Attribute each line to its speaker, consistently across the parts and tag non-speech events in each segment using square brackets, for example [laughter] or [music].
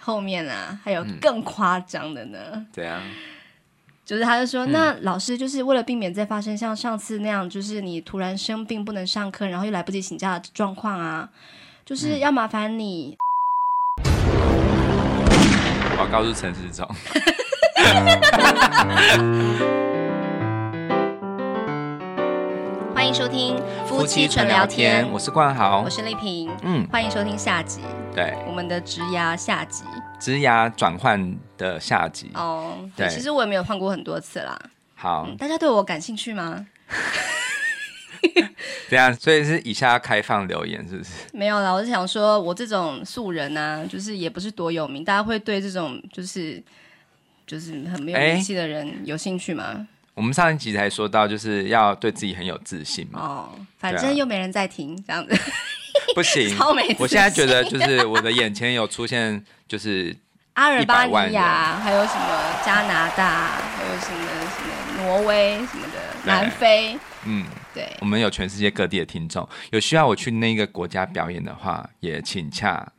Speaker 1: 后面啊，还有
Speaker 2: 嗯
Speaker 1: 更夸张的呢，
Speaker 2: 怎样？
Speaker 1: 就是他就
Speaker 2: 嗯
Speaker 1: 说，那老师就是为了避免再发生像上次那样，就是你突然生病不能上课，然后又来不及请假的状况啊，
Speaker 2: 嗯
Speaker 1: 就是要麻烦你。
Speaker 2: 我要告诉陈世忠，
Speaker 1: 欢迎收听
Speaker 2: 我是冠豪
Speaker 1: 我。是丽萍，
Speaker 2: 嗯，
Speaker 1: 欢迎收听下集，
Speaker 2: 对，
Speaker 1: 我们的职涯下集
Speaker 2: 职涯转换的下集。
Speaker 1: 哦。对，
Speaker 2: 对
Speaker 1: 其实我也没有换过很多次啦。
Speaker 2: 好，
Speaker 1: 大家对我感兴趣吗？
Speaker 2: 这样，所以是以下开放留言，是不 [laughs] 是？
Speaker 1: 没有啦，我是想说，我这种素人啊，就是也不是多有名，大家会对这种就是就是很没有
Speaker 2: 哎
Speaker 1: 名气的人有兴趣吗？
Speaker 2: 我们上一集才说到，就是要对自己很有自信
Speaker 1: [laughs]
Speaker 2: 嘛。
Speaker 1: 哦，反
Speaker 2: 对啊
Speaker 1: 正又没人在听，这样子啊
Speaker 2: 不行， [laughs]
Speaker 1: 超没自信。
Speaker 2: 我现在觉得就是我的眼前有出现，就是
Speaker 1: 阿尔巴
Speaker 2: 100万
Speaker 1: 尼
Speaker 2: 人
Speaker 1: 亚，还有什么加拿大，还有什么什么挪威什么的，
Speaker 2: 对
Speaker 1: 南非，
Speaker 2: 嗯，
Speaker 1: 对，
Speaker 2: 我们有全世界各地的听众，有需要我去那个国家表演的话，也请洽。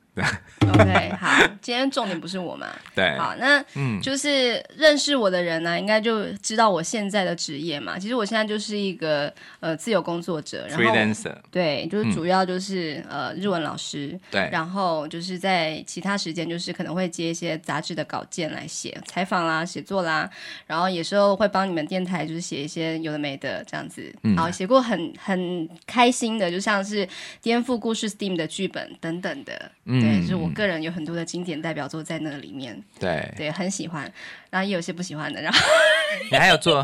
Speaker 1: OK，好，今天重点不是我嘛？
Speaker 2: 对，
Speaker 1: 好，那
Speaker 2: 嗯，
Speaker 1: 就是认识我的人啊呢、应该就知道我现在的职业嘛。其实我现在就是一个呃自由工作者，然后
Speaker 2: ，freelancer，
Speaker 1: 对，就是主要就是、呃日文老师，
Speaker 2: 嗯对，
Speaker 1: 然后就是在其他时间就是可能会接一些杂志的稿件来写采访啦、写作啦，然后有时候会帮你们电台就是写一些有的没的这样子。
Speaker 2: 嗯
Speaker 1: 然后写过很很开心的，就像是《颠覆故事 Steam》的剧本等等的。对，就是我
Speaker 2: 嗯
Speaker 1: 个人有很多的经典代表作在那里面，
Speaker 2: 对，
Speaker 1: [laughs] 对，很喜欢。然后也有些不喜欢的，然后
Speaker 2: 你还有做，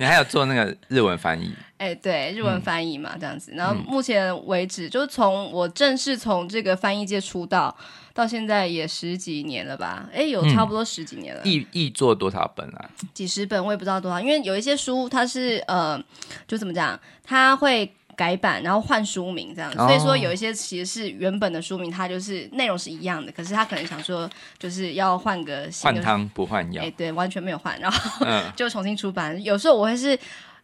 Speaker 2: 你还有做那个日文翻译，
Speaker 1: 哎，对，日
Speaker 2: 嗯
Speaker 1: 文翻译嘛，这样子。然后目前为止，就是从我正式从这个翻译界出道到现在也十几年了吧？哎，有
Speaker 2: 嗯
Speaker 1: 差不多十几年了，
Speaker 2: 译译做多少本啊？
Speaker 1: 几十本我也不知道多少，因为有一些书它是呃，就怎么讲，它会。改版，然后换书名这样，
Speaker 2: 哦
Speaker 1: 所以说有一些其实是原本的书名，它就是内容是一样的，可是他可能想说就是要换个新
Speaker 2: 换
Speaker 1: 的
Speaker 2: 汤不换药
Speaker 1: 哎、，对，完全没有换，然后
Speaker 2: 嗯
Speaker 1: 就重新出版。有时候我会是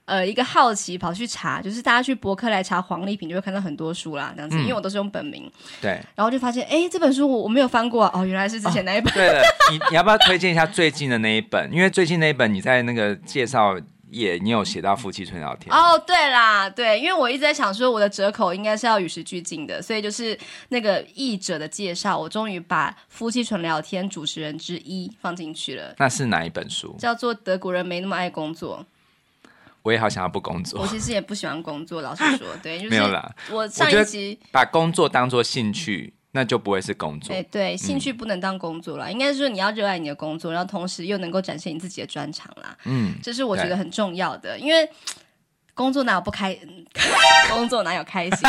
Speaker 1: 呃一个好奇跑去查，就是大家去博客来查黄丽萍，就会看到很多书啦，这
Speaker 2: 嗯
Speaker 1: 样子，因为我都是用本名，
Speaker 2: 对。
Speaker 1: 然后就发现哎、这本书我我没有翻过啊、哦，原来是之前那一
Speaker 2: [laughs]
Speaker 1: 本。
Speaker 2: 对了，你你要不要推荐一下最近的那一本？因为最近那一本你在那个介绍页，你有写到夫妻春聊天，
Speaker 1: 哦，对啦，对，因为我一直在想说，我的折口应该是要与时俱进的，所以就是那个译者的介绍，我终于把夫妻纯聊天主持人之一放进去了，
Speaker 2: 那是哪一本书？
Speaker 1: 叫做《德国人没那么爱工作》。
Speaker 2: 我也好想要不工
Speaker 1: 我
Speaker 2: 作，
Speaker 1: 其实也不喜欢工作，老实说，对，就是
Speaker 2: [laughs] 没有啦。
Speaker 1: 我上
Speaker 2: 觉
Speaker 1: 一
Speaker 2: 得
Speaker 1: 集
Speaker 2: 把工作当做兴趣，那就不会是工作嗯
Speaker 1: 哎、。对，兴趣不能当工作啦，应该是说你要热爱你的工作，然后同时又能够展现你自己的专长啦，
Speaker 2: 嗯，
Speaker 1: 这是我觉
Speaker 2: 对
Speaker 1: 得很重要的，因为工作哪有不开， [laughs] 工作哪有开
Speaker 2: [laughs]
Speaker 1: 心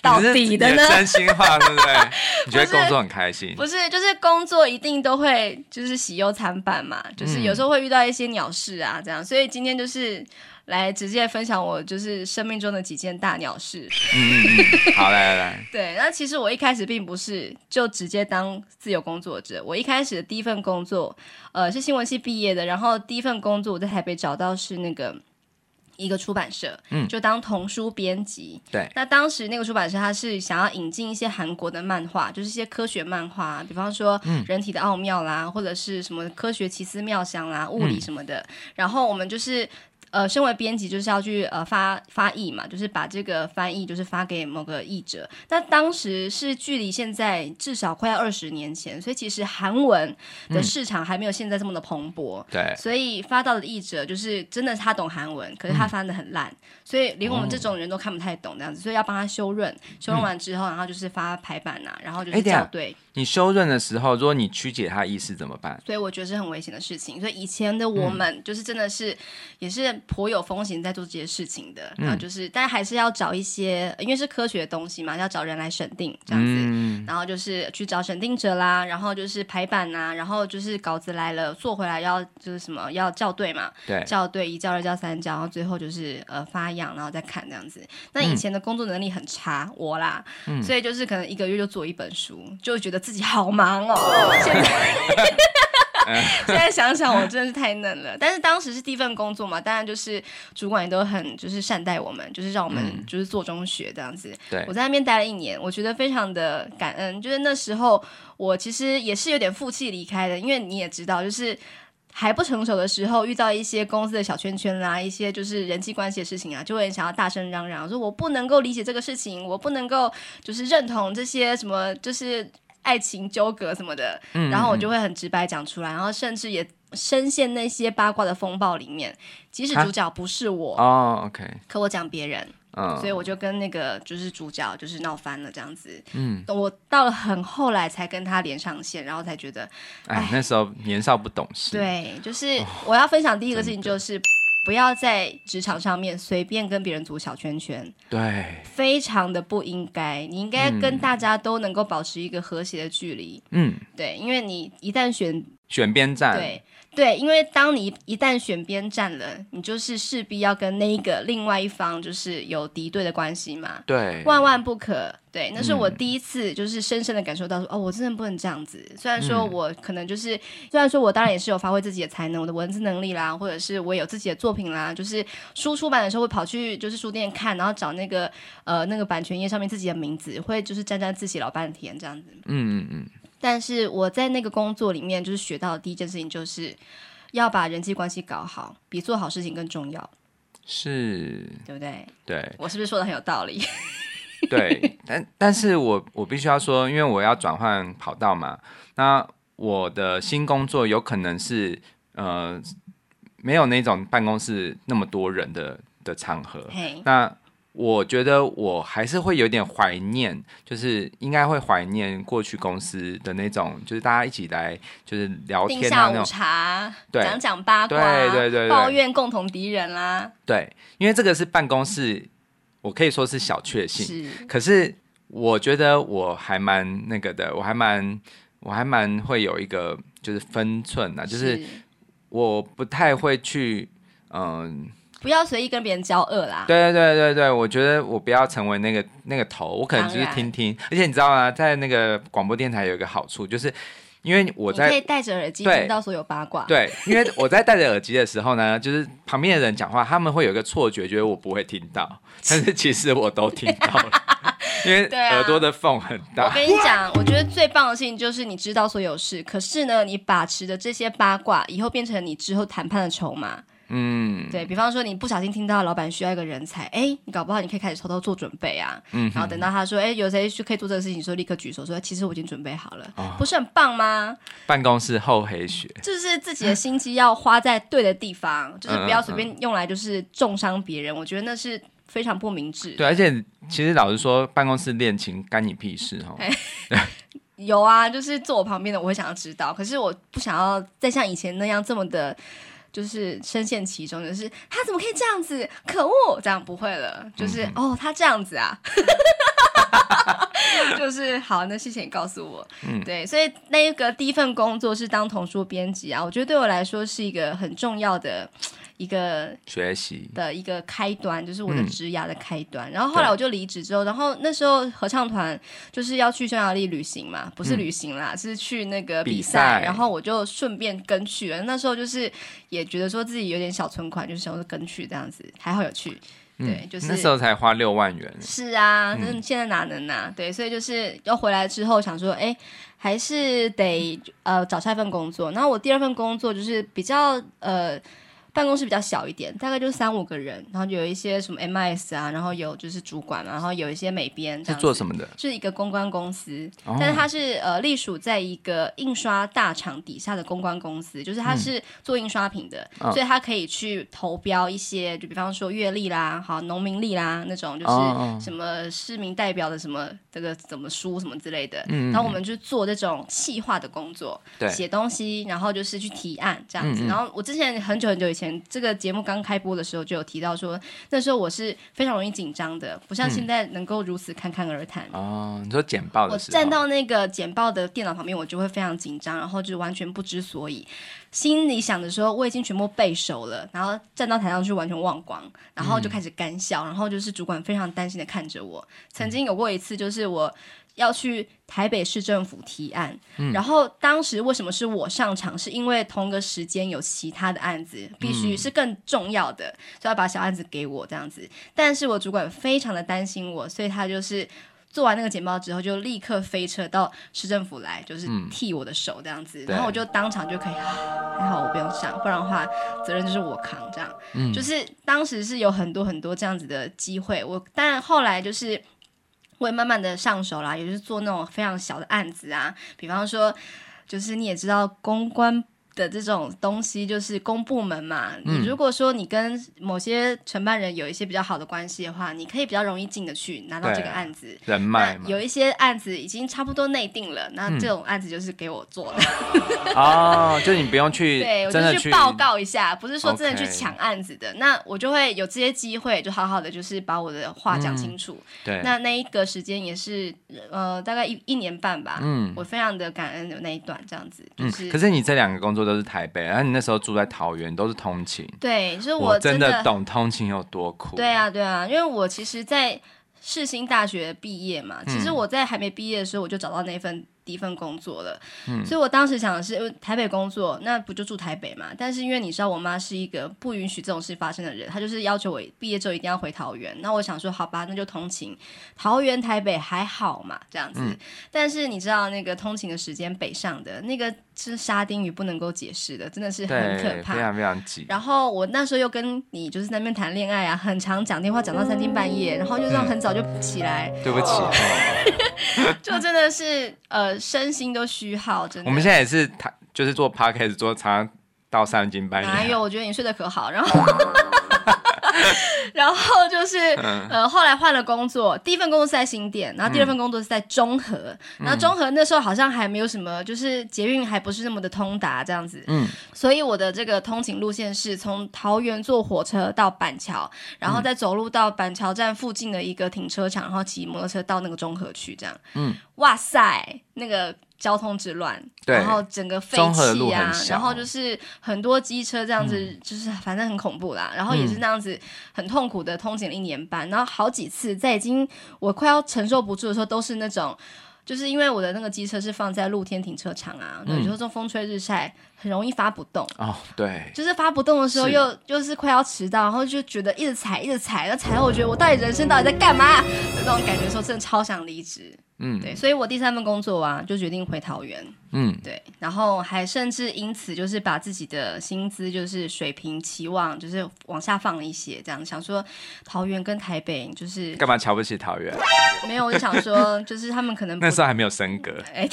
Speaker 1: 到
Speaker 2: 你是
Speaker 1: 底的
Speaker 2: 你
Speaker 1: 呢？
Speaker 2: 真心话对不对？
Speaker 1: [laughs]
Speaker 2: 你觉得
Speaker 1: 不是
Speaker 2: 工作很开心？
Speaker 1: 不是，就是工作一定都会就是喜忧参半嘛，就是
Speaker 2: 嗯
Speaker 1: 有时候会遇到一些鸟事啊，这样，所以今天就是来直接分享我就是生命中的几件大鸟事。
Speaker 2: 嗯嗯嗯，好，来来来，
Speaker 1: 对，那其实我一开始并不是就直接当自由工作者，我一开始的第一份工作，呃，是新闻系毕业的，然后第一份工作我在台北找到是那个。一个出版社，
Speaker 2: 嗯
Speaker 1: 就当童书编辑。
Speaker 2: 对
Speaker 1: 那当时那个出版社，它是想要引进一些韩国的漫画，就是一些科学漫画，啊比方说
Speaker 2: 嗯
Speaker 1: 《人体的奥妙》啦，或者是什么《科学奇思妙想》啦、物
Speaker 2: 嗯
Speaker 1: 理什么的。然后我们就是呃，身为编辑就是要去呃发发译嘛，就是把这个翻译就是发给某个译者。那当时是距离现在至少快要二十年前，所以其实韩文的市场还没有现在这么的蓬勃。
Speaker 2: 嗯对，
Speaker 1: 所以发到的译者就是真的他懂韩文，可是
Speaker 2: 嗯
Speaker 1: 他翻的很烂，所以连我
Speaker 2: 哦
Speaker 1: 们这种人都看不太懂这样子，所以要帮他修润，修润完之后，然后就是发排版呐、啊然后就
Speaker 2: 嗯哎
Speaker 1: 是
Speaker 2: 等一下
Speaker 1: 校对，
Speaker 2: 你修润的时候，如果你曲解他意思怎么办？
Speaker 1: 所以我觉得是很危险的事情。所以以前的我们就是真的是、也是颇有风险在做这些事情的，然后就是但还是要找一些，因为是科学的东西嘛，要找人来审定这样子。
Speaker 2: 嗯，
Speaker 1: 然后就是去找审定者啦，然后就是排版呐、然后就是稿子来了做回来要就是什么要校对嘛，
Speaker 2: 对，
Speaker 1: 校对一校二校三校，然后最后就是呃发样，然后再看这样子。那以前的工作能力很差，我啦，所以就是可能一个月就做一本书，就会觉得自己好忙哦。现在 [laughs] 现在想想，我真的是太嫩了。但是当时是第一份工作嘛，当然就是主管也都很就是善待我们，就是让我们就是做中学这样子。
Speaker 2: 对
Speaker 1: 我在那边待了一年，我觉得非常的感恩。就是那时候我其实也是有点负气离开的，因为你也知道，就是。还不成熟的时候，遇到一些公司的小圈圈啦，一些就是人际关系的事情啊，就会想要大声嚷嚷，说我不能够理解这个事情，我不能够就是认同这些什么，就是爱情纠葛什么的。
Speaker 2: 嗯
Speaker 1: 然后我就会很直白讲出来，然后甚至也深陷那些八卦的风暴里面。即使
Speaker 2: 啊
Speaker 1: 主角不是我，
Speaker 2: 哦，OK，
Speaker 1: 可我讲别人，
Speaker 2: 嗯，
Speaker 1: 所以我就跟那个就是主角就是闹翻了这样子。
Speaker 2: 嗯，
Speaker 1: 我到了很后来才跟他连上线，然后才觉得，
Speaker 2: 哎，那时候年少不懂事，，
Speaker 1: 对，
Speaker 2: 哦
Speaker 1: 就是我要分享第一个事情就是。不要在职场上面随便跟别人组小圈圈，
Speaker 2: 对，
Speaker 1: 非常的不应该。你应该跟大家都能够保持一个和谐的距离，
Speaker 2: 嗯，
Speaker 1: 对，因为你一旦选
Speaker 2: 选边站，
Speaker 1: 对对，因为当你一旦选边站了，你就是势必要跟那一个另外一方就是有敌对的关系嘛，
Speaker 2: 对，
Speaker 1: 万万不可。对，那是我第一次就是深深的感受到说，哦，我真的不能这样子。虽然说我可能就是，虽然说我当然也是有发挥自己的才能，我的文字能力啦，或者是我有自己的作品啦，就是书出版的时候会跑去就是书店看，然后找那个呃那个版权页上面自己的名字，会就是沾沾自喜老半天这样子。
Speaker 2: 嗯嗯嗯，
Speaker 1: 但是我在那个工作里面，就是学到的第一件事情，就是要把人际关系搞好，比做好事情更重要，
Speaker 2: 是，
Speaker 1: 对不对？
Speaker 2: 对
Speaker 1: 我是不是说的很有道理？ [laughs]
Speaker 2: 对，但但是我我必须要说，因为我要转换跑道嘛，那我的新工作有可能是呃，没有那种办公室那么多人的的场合，
Speaker 1: 嘿，
Speaker 2: 那我觉得我还是会有点怀念，就是应该会怀念过去公司的那种，就是大家一起来就是聊
Speaker 1: 定
Speaker 2: 天
Speaker 1: 下
Speaker 2: 啊那
Speaker 1: 午
Speaker 2: 种。
Speaker 1: 茶，
Speaker 2: 对
Speaker 1: 讲讲八卦，
Speaker 2: 对对对对
Speaker 1: 抱怨共同敌人啦，
Speaker 2: 对，因为这个是办公室，我可以说是小确幸。
Speaker 1: 是
Speaker 2: 可是我觉得我还蛮那个的，我还蛮我还蛮会有一个就是分寸啊，就是我不太会去嗯。
Speaker 1: 不要随意跟别人交恶啦。
Speaker 2: 对对对对对，我觉得我不要成为那个那个头，我可能只是
Speaker 1: 当然
Speaker 2: 听听。而且你知道吗，在那个广播电台有一个好处，就是因为我
Speaker 1: 你可
Speaker 2: 在
Speaker 1: 以戴着耳机
Speaker 2: 对
Speaker 1: 听到所有八卦，
Speaker 2: 对，因为我在戴着耳机的时候呢， [laughs] 就是旁边的人讲话，他们会有一个错觉，觉得我不会听到，
Speaker 1: [laughs]
Speaker 2: 但是其实我都听到了，因为
Speaker 1: 对啊
Speaker 2: 耳朵的缝很
Speaker 1: 我
Speaker 2: 大。
Speaker 1: 跟你讲，我觉得最棒的事情就是你知道所有事，可是呢，你把持着这些八卦，以后变成你之后谈判的筹码。
Speaker 2: 嗯，
Speaker 1: 对比方说，你不小心听到老板需要一个人才，哎，你搞不好你可以开始偷偷做准备啊。
Speaker 2: 嗯
Speaker 1: 然后等到他说，哎，有谁去可以做这个事情，你说立刻举手说，哎其实我已经准备好了，
Speaker 2: 哦
Speaker 1: 不是很棒吗？
Speaker 2: 办公室厚黑学，
Speaker 1: 就是自己的心机要花在对的地方，就是不要
Speaker 2: 嗯嗯
Speaker 1: 随便用来就是重伤别人，我觉得那是非常不明智。
Speaker 2: 对，而且其实老实说，办公室恋情干你屁事哦哈。
Speaker 1: 有啊，就是坐我旁边的，我会想要知道，可是我不想要再像以前那样这么的。就是深陷其中，就是他怎么可以这样子，可恶！这样不会了，就是、
Speaker 2: 嗯
Speaker 1: 哦，他这样子啊， [laughs] 就是好，那谢谢你告诉我。
Speaker 2: 嗯
Speaker 1: 对，所以那个第一份工作是当童书编辑啊，我觉得对我来说是一个很重要的一个
Speaker 2: 学习，
Speaker 1: 的一个开端，就是我的
Speaker 2: 嗯
Speaker 1: 职涯的开端。然后后来我就离职之后，然后那时候合唱团就是要去匈牙利旅行嘛，不是旅行啦，是去那个比
Speaker 2: 嗯比赛
Speaker 1: 然后我就顺便跟去了。那时候就是也觉得说自己有点小存款，就是想说跟去这样子，还好有去。对，就是
Speaker 2: 嗯那时候才花六万元。
Speaker 1: 是啊，
Speaker 2: 嗯
Speaker 1: 那现在哪能啊？对，所以就是要回来之后想说，哎，还是得呃找下一份工作。然后我第二份工作就是比较呃办公室比较小一点，大概就是三五个人，然后有一些什么 MIS 啊，然后有就是主管啊嘛，然后有一些美编这
Speaker 2: 是
Speaker 1: 样子。
Speaker 2: 做什么的？
Speaker 1: 是一个公关公司，
Speaker 2: 哦
Speaker 1: 但是它是呃隶属在一个印刷大厂底下的公关公司，就是它是做印刷品的，
Speaker 2: 嗯
Speaker 1: 所以它可以去投标一些，就比方说阅历啦、好农民历啦那种，就
Speaker 2: 哦哦
Speaker 1: 是什么市民代表的什么这个怎么书什么之类的。
Speaker 2: 嗯嗯
Speaker 1: 然后我们就做这种企划的工作，
Speaker 2: 对
Speaker 1: 写东西，然后就是去提案这样子。
Speaker 2: 嗯嗯
Speaker 1: 然后我之前很久很久以前这个节目刚开播的时候就有提到说，那时候我是非常容易紧张的，不
Speaker 2: 嗯
Speaker 1: 像现在能够如此侃侃而谈。
Speaker 2: 哦，你说简报
Speaker 1: 我
Speaker 2: 的时候，
Speaker 1: 站到那个简报的电脑旁边，我就会非常紧张，然后就完全不知所以，心里想着说我已经全部背熟了，然后站到台上去完全忘光，
Speaker 2: 嗯嗯
Speaker 1: 然后就开始干笑，然后就是主管非常担心的看着我。曾经有过一次，就是我要去台北市政府提案，然后当时为什么是我上场？是因为同个时间有其他的案子，必须是更重要的，所以要把小案子给我这样子。但是我主管非常的担心我，所以他就是做完那个简报之后，就立刻飞车到市政府来，就是替我的手这样子。
Speaker 2: 对
Speaker 1: 然后我就当场就可以，啊还好我不用上，不然的话责任就是我扛这样。就是当时是有很多很多这样子的机会，我当然后来就是。我也慢慢的上手啦，也就是做那种非常小的案子啊，比方说，就是你也知道公关的这种东西，就是公部门嘛。
Speaker 2: 嗯
Speaker 1: 你如果说你跟某些承办人有一些比较好的关系的话，你可以比较容易进得去拿到这
Speaker 2: 对
Speaker 1: 个案子。
Speaker 2: 人
Speaker 1: 那
Speaker 2: 脉嘛，嗯
Speaker 1: 有一些案子已经差不多内定了，那这种案子就是给我做的，
Speaker 2: 哦，就你不用去
Speaker 1: 对我
Speaker 2: 真的
Speaker 1: 就去报告一下，不是说真的去
Speaker 2: OK
Speaker 1: 抢案子的。那我就会有这些机会，就好好的就是把我的话讲清楚。
Speaker 2: 对，
Speaker 1: 那那一个时间也是呃大概一一年半吧，
Speaker 2: 嗯
Speaker 1: 我非常的感恩有那一段这样子，就
Speaker 2: 嗯
Speaker 1: 是、，
Speaker 2: 可是你这两个工作都是台北，然后你那时候住在桃园，都是通勤。
Speaker 1: 对，就是
Speaker 2: 我
Speaker 1: 真
Speaker 2: 的懂通勤有多苦。
Speaker 1: 对，啊对啊，因为我其实，在世新大学毕业嘛，
Speaker 2: 嗯
Speaker 1: 其实我在还没毕业的时候我就找到那份。第一份工作了，
Speaker 2: 嗯
Speaker 1: 所以我当时想的是，呃台北工作，那不就住台北嘛？但是因为你知道，我妈是一个不允许这种事发生的人，她就是要求我毕业之后一定要回桃园。那我想说，好吧，那就通勤，桃园、台北还好嘛，这样子。
Speaker 2: 嗯
Speaker 1: 但是你知道那个通勤的时间，北上的那个是沙丁鱼不能够解释的，真的是很可
Speaker 2: 对，
Speaker 1: 怕。
Speaker 2: 非常非常挤。
Speaker 1: 然后我那时候又跟你就是在那边谈恋爱啊，很常讲电话讲到三更半夜，然后就这样很早就起来，
Speaker 2: 对不起，
Speaker 1: [laughs] 就真的是呃身心都虚耗，真的。
Speaker 2: 我们现在也是他，就是做 podcast 做长到三更半
Speaker 1: 哪
Speaker 2: 夜。 [laughs]
Speaker 1: 有？我觉得你睡得可好，然后。[laughs]
Speaker 2: 哦
Speaker 1: 然后就是，
Speaker 2: 嗯
Speaker 1: 呃，后来换了工作，第一份工作是在新店，然后第二份工作是在中和，
Speaker 2: 嗯
Speaker 1: 然后中和那时候好像还没有什么，就是捷运还不是那么的通达这样子，
Speaker 2: 嗯
Speaker 1: 所以我的这个通勤路线是从桃园坐火车到板桥，然
Speaker 2: 嗯
Speaker 1: 后再走路到板桥站附近的一个停车场，然后骑摩托车到那个中和去这样，
Speaker 2: 嗯，
Speaker 1: 哇塞，那个交通之乱，
Speaker 2: 对
Speaker 1: 然后整个废
Speaker 2: 中和路
Speaker 1: 气啊
Speaker 2: 很，小嗯
Speaker 1: 然后就是很多机车这样子，就是反正很恐怖啦。然后也是那样子很痛苦的通勤了一年半，然后好几次在已经我快要承受不住的时候，都是那种。就是因为我的那个机车是放在露天停车场
Speaker 2: 嗯
Speaker 1: 啊，有时候这种风吹日晒很容易发不动，
Speaker 2: 哦，对，
Speaker 1: 就是发不动的时候
Speaker 2: 是
Speaker 1: 又又是快要迟到，然后就觉得一直踩一直踩，然后踩到我觉得我到底人生到底在干嘛、那种感觉的时候，真的超想离职。
Speaker 2: 嗯
Speaker 1: 对，所以我第三份工作啊，就决定回桃园。
Speaker 2: 嗯，
Speaker 1: 对，然后还甚至因此就是把自己的薪资就是水平期望就是往下放了一些，这样想说桃园跟台北就是
Speaker 2: 干嘛瞧不起桃园？
Speaker 1: 没有，我就想
Speaker 2: [laughs]
Speaker 1: 说就是他们可能不
Speaker 2: 那时候还没有升格。
Speaker 1: 哎，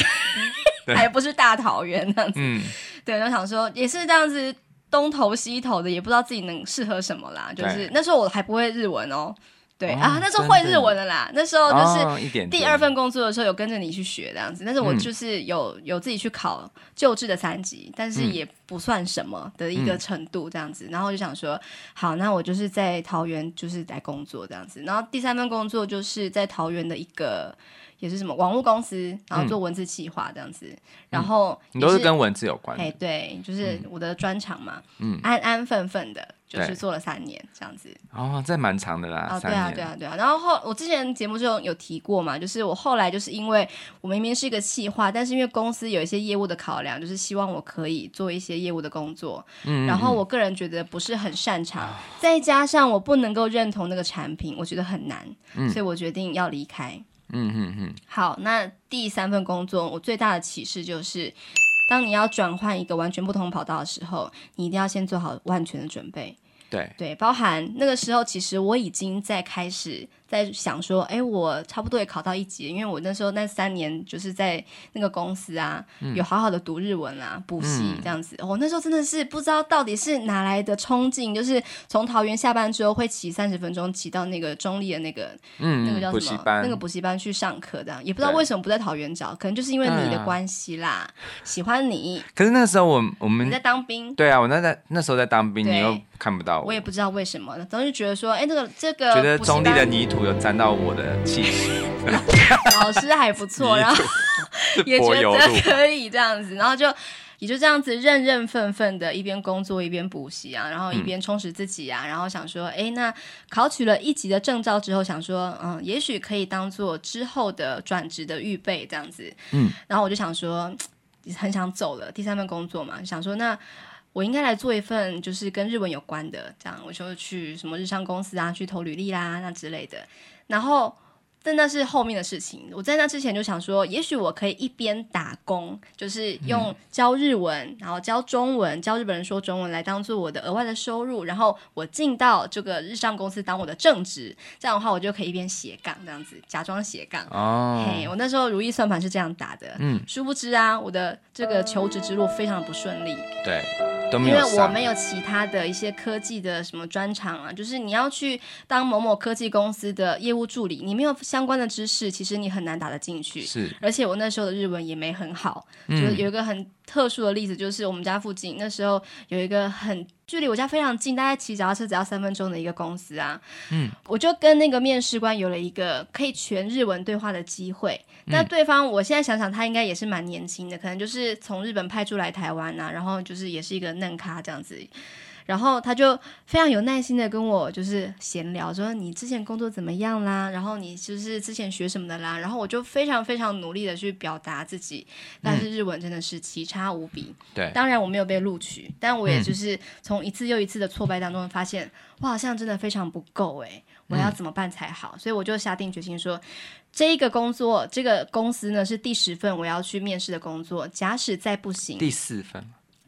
Speaker 1: 还不是大桃园那样子，
Speaker 2: 嗯，
Speaker 1: 对，然后想说也是这样子。东投西投的，也不知道自己能适合什么啦。就是
Speaker 2: 对
Speaker 1: 那时候我还不会日文哦，对、
Speaker 2: 哦
Speaker 1: 啊，那时候会
Speaker 2: 真
Speaker 1: 日
Speaker 2: 的
Speaker 1: 文的啦。那时候就是
Speaker 2: 哦一点点
Speaker 1: 第二，份工作的时候有跟着你去学这样子，但是我
Speaker 2: 嗯
Speaker 1: 就是有、有自己去考旧制的三级，但是
Speaker 2: 嗯
Speaker 1: 也不算什么的一个程度这样子。然后我就想说，好，那我就是在桃园就是来工作这样子。然后第三份工作就是在桃园的一个也是什么网络公司，然后做文字企划这样子。然后
Speaker 2: 嗯你
Speaker 1: 也
Speaker 2: 都是跟文字有关的。
Speaker 1: 哎对，就是我的专长嘛，
Speaker 2: 嗯
Speaker 1: 安安分分的。就是
Speaker 2: 对
Speaker 1: 做了三年这样子，
Speaker 2: 哦，这蛮长的啦，
Speaker 1: 啊，对
Speaker 2: 三年。
Speaker 1: 啊，对啊，对啊。然后后我之前节目就有提过嘛，就是我后来就是因为我明明是一个企划，但是因为公司有一些业务的考量，就是希望我可以做一些业务的工作，
Speaker 2: 嗯啊
Speaker 1: 然后我个人觉得不是很擅长，再加上我不能够认同那个产品，我觉得很难，所以我决定要离开。
Speaker 2: 嗯嗯嗯，
Speaker 1: 好，那第三份工作，我最大的启示就是。当你要转换一个完全不同跑道的时候，你一定要先做好万全的准备。
Speaker 2: 对，
Speaker 1: 对，包含那个时候，其实我已经在开始在想说，哎，我差不多也考到一级，因为我那时候那三年就是在那个公司啊，
Speaker 2: 嗯
Speaker 1: 有好好的读日文啊，补习这样子。我、那时候真的是不知道到底是哪来的冲劲，就是从桃园下班之后会骑三十分钟骑到那个中立的那个、
Speaker 2: 嗯，
Speaker 1: 那个叫
Speaker 2: 补
Speaker 1: 什
Speaker 2: 习
Speaker 1: 么
Speaker 2: 班
Speaker 1: 那个补习班去上课，这样也不知道
Speaker 2: 对嗯
Speaker 1: 为什么不在桃园找，可能就是因为你
Speaker 2: 当
Speaker 1: 的
Speaker 2: 然
Speaker 1: 关系啦，喜欢你，
Speaker 2: 可是那时候我我
Speaker 1: 你
Speaker 2: 们
Speaker 1: 在当兵。
Speaker 2: 对啊，我那在那时候在当兵，
Speaker 1: 对
Speaker 2: 你又看不到我，
Speaker 1: 我也不知道为什么，总是觉得说，哎、这个这个
Speaker 2: 觉得
Speaker 1: 补习
Speaker 2: 中立
Speaker 1: 班
Speaker 2: 的泥土有沾到我的
Speaker 1: [laughs]
Speaker 2: 气息，
Speaker 1: 老师还不错，然后 [laughs]
Speaker 2: 是
Speaker 1: 也
Speaker 2: 柏
Speaker 1: 觉
Speaker 2: 油
Speaker 1: 得
Speaker 2: 路。
Speaker 1: 可以这样子，然后就也就这样子认认份份的，一边工作一边补习啊，然后
Speaker 2: 嗯
Speaker 1: 一边充实自己啊，然后想说，哎，那考取了一级的证照之后，想说，嗯，也许可以当做之后的转职的预备这样子。
Speaker 2: 嗯，
Speaker 1: 然后我就想说，很想走了第三份工作嘛，想说那。我应该来做一份就是跟日文有关的，这样我就去什么日商公司啊，去投履历啦，那之类的。然后，但那是后面的事情。我在那之前就想说，也许我可以一边打工，就是
Speaker 2: 嗯
Speaker 1: 用教日文，然后教中文，教日本人说中文来当做我的额外的收入。然后我进到这个日商公司当我的正职，这样的话我就可以一边斜杠这样子，假装斜杠。
Speaker 2: 哦，
Speaker 1: 嘿，我那时候如意算盘是这样打的，
Speaker 2: 嗯，
Speaker 1: 殊不知啊，我的这个求职之路非常不顺利，
Speaker 2: 对，都没
Speaker 1: 因为
Speaker 2: 有
Speaker 1: 我
Speaker 2: 上，
Speaker 1: 没有其他的一些科技的什么专长啊，就是你要去当某某科技公司的业务助理，你没有相关的知识，其实你很难打得进去。
Speaker 2: 是，
Speaker 1: 而且我那时候的日文也没很好，就是
Speaker 2: 嗯
Speaker 1: 有一个很特殊的例子，就是我们家附近那时候有一个很距离我家非常近，大概骑脚踏车只要三分钟的一个公司啊，
Speaker 2: 嗯，
Speaker 1: 我就跟那个面试官有了一个可以全日文对话的机会。
Speaker 2: 嗯
Speaker 1: 那对方我现在想想，他应该也是蛮年轻的，可能就是从日本派驻来台湾啊，然后就是也是一个嫩咖这样子。然后他就非常有耐心的跟我就是闲聊，说你之前工作怎么样啦，然后你就是之前学什么的啦，然后我就非常非常努力的去表达自己，但是日文真的是奇差无比。
Speaker 2: 对，
Speaker 1: 当然我没有被录取，但我也就是从一次又一次的挫败当中发现，我好像真的非常不够诶、我要怎么办才好？所以我就下定决心说，这一个工作，这个公司呢是第十份我要去面试的工作，假使再不行，
Speaker 2: 第四分，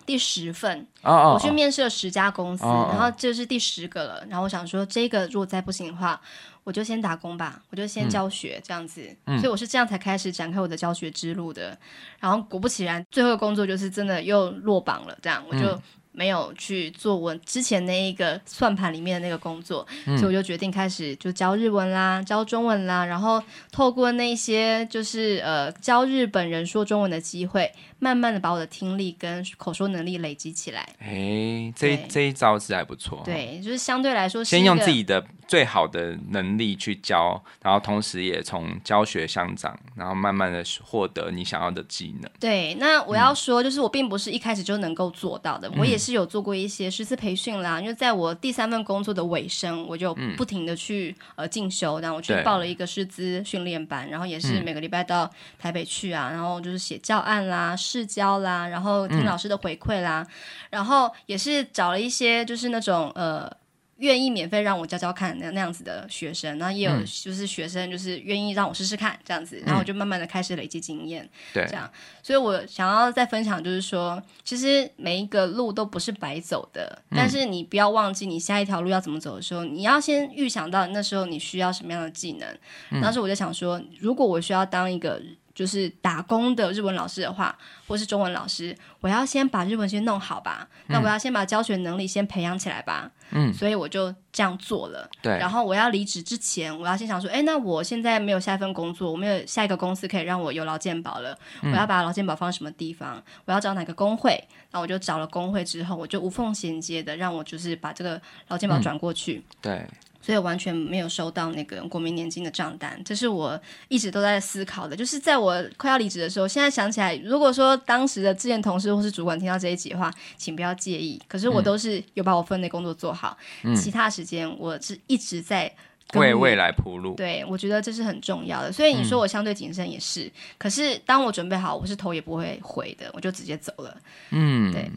Speaker 1: 第十份
Speaker 2: 哦哦，
Speaker 1: 我去
Speaker 2: 哦
Speaker 1: 面试了十家公司，
Speaker 2: 哦哦
Speaker 1: 然后这是第十个了。然后我想说，这个如果再不行的话，我就先打工吧，我就
Speaker 2: 嗯
Speaker 1: 先教学、这样子。所以我是这样才开始展开我的教学之路的。然后果不其然，最后的工作就是真的又落榜了，这样我
Speaker 2: 嗯
Speaker 1: 就。没有去做我之前那一个算盘里面的那个工作，
Speaker 2: 嗯
Speaker 1: 所以我就决定开始就教日文啦，教中文啦，然后透过那些就是呃教日本人说中文的机会，慢慢的把我的听力跟口说能力累积起来。
Speaker 2: 哎，这
Speaker 1: 对
Speaker 2: 一这一招是还不错，，
Speaker 1: 对，就是相对来说是
Speaker 2: 先
Speaker 1: 一
Speaker 2: 用
Speaker 1: 个
Speaker 2: 自己的最好的能力去教，然后同时也从教学相长，然后慢慢的获得你想要的技能。
Speaker 1: 对。那我要说，就是我并不是一开始就能够做到的，我也是有做过一些师资培训啦。因为在我第三份工作的尾声，我就不停的去、呃进修，然后我去
Speaker 2: 对
Speaker 1: 报了一个师资训练班，然后也是每个礼拜到台北去啊，然后就是写教案啦、试教啦，然后听老师的回馈啦，然后也是找了一些就是那种呃。愿意免费让我教教看那那样子的学生，然后也有就是学生就是愿意让我试试看这样子，然后我就慢慢的开始累积经验，
Speaker 2: 对
Speaker 1: 这样，所以我想要再分享就是说，其实每一个路都不是白走的，但是你不要忘记你下一条路要怎么走的时候，你要先预想到那时候你需要什么样的技能。当时我就想说，如果我需要当一个就是打工的日文老师的话，或是中文老师，我要先把日文先弄好吧，那我要先把教学能力先培养起来吧。
Speaker 2: 嗯
Speaker 1: 所以我就这样做了。
Speaker 2: 对
Speaker 1: 然后我要离职之前，我要先想说，哎，那我现在没有下一份工作，我没有下一个公司可以让我有劳健保了，我要把劳健保放什么地方？我要找哪个工会？然后我就找了工会之后，我就无缝衔接的，让我就是把这个劳健保转过去。
Speaker 2: 对，
Speaker 1: 所以完全没有收到那个国民年金的账单，这是我一直都在思考的。就是在我快要离职的时候，现在想起来，如果说当时的之前同事或是主管听到这一集的话，请不要介意。可是我都是有把我分内工作做好，其他时间我是一直在耕
Speaker 2: 为
Speaker 1: 耘
Speaker 2: 未来铺路。
Speaker 1: 对，我觉得这是很重要的。所以你
Speaker 2: 嗯
Speaker 1: 说我相对谨慎也是，可是当我准备好，我是头也不会回的，我就直接走了。
Speaker 2: 嗯，
Speaker 1: 对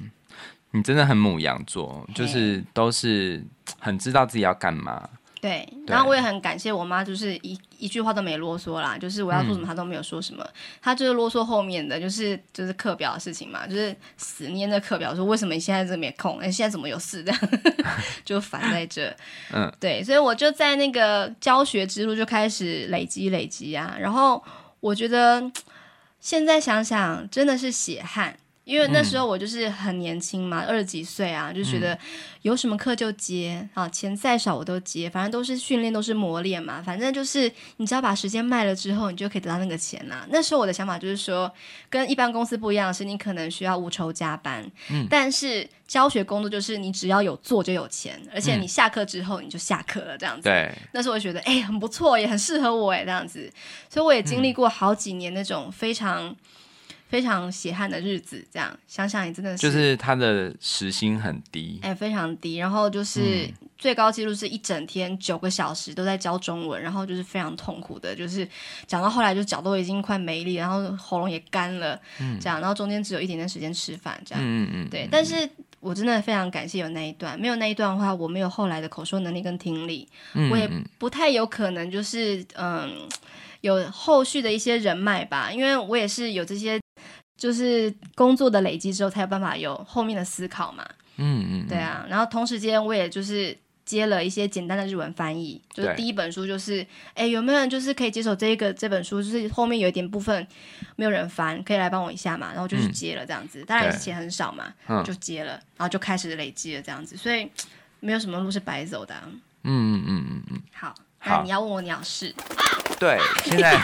Speaker 2: 你真的很母羊座，就是都是很知道自己要干嘛。
Speaker 1: 对，
Speaker 2: 对
Speaker 1: 然后我也很感谢我妈，就是一一句话都没啰嗦啦，就是我要做
Speaker 2: 嗯
Speaker 1: 什么她都没有说什么，她就是啰嗦后面的，就是就是课表的事情嘛，就是死念着课表说为什么你现在这没空，哎，现在怎么有事这样， [laughs] 就烦在这。
Speaker 2: [laughs] 嗯，
Speaker 1: 对，所以我就在那个教学之路就开始累积累积啊，然后我觉得嗯现在想想真的是血汗。因为那时候我就是很年轻嘛，二十几岁啊，就觉得有什么课就接啊，钱再少我都接，反正都是训练，都是磨练嘛，反正就是你只要把时间卖了之后，你就可以得到那个钱啦、那时候我的想法就是说，跟一般公司不一样的是，你可能需要无酬加班，但是教学工作就是你只要有做就有钱，而且你下课之后你就下课了这样子。
Speaker 2: 对，
Speaker 1: 那时候我觉得，哎、很不
Speaker 2: 嗯
Speaker 1: 错，也很适合我，哎，这样子，所以我也经历过好几年那种非常、非常血汗的日子。这样想想也真的是，
Speaker 2: 就是他的时薪很低，
Speaker 1: 哎、非常低。然后
Speaker 2: 嗯
Speaker 1: 就是、最高记录是一整天九个小时都在教中文，然后就是非常痛苦的，就是讲到后来就脚都已经快没力，然后喉咙也干了，这样，然后中间只有一点点时间吃饭，这样。
Speaker 2: 嗯嗯嗯嗯，
Speaker 1: 对，但是我真的非常感谢有那一段，没有那一段的话，我没有后来的口说能力跟听力，
Speaker 2: 嗯
Speaker 1: 我也不太有可能就是嗯有后续的一些人脉吧，因为我也是有这些就是工作的累积之后，才有办法有后面的思考嘛，
Speaker 2: 嗯嗯，
Speaker 1: 对啊，然后同时间我也就是。接了一些简单的日文翻译，就是
Speaker 2: 对
Speaker 1: 第一本书就是，哎，有没有人就是可以接手这一个这本书？就是后面有一点部分没有人翻，可以来帮我一下嘛？然后就去
Speaker 2: 嗯
Speaker 1: 接了这样子，当然
Speaker 2: 对
Speaker 1: 钱很少嘛，
Speaker 2: 嗯
Speaker 1: 就接了，然后就开始累积了这样子，所以没有什么路是白走的啊、
Speaker 2: 嗯嗯嗯嗯
Speaker 1: 好，
Speaker 2: 好
Speaker 1: 那你要问我鸟事，
Speaker 2: 嗯，对，现在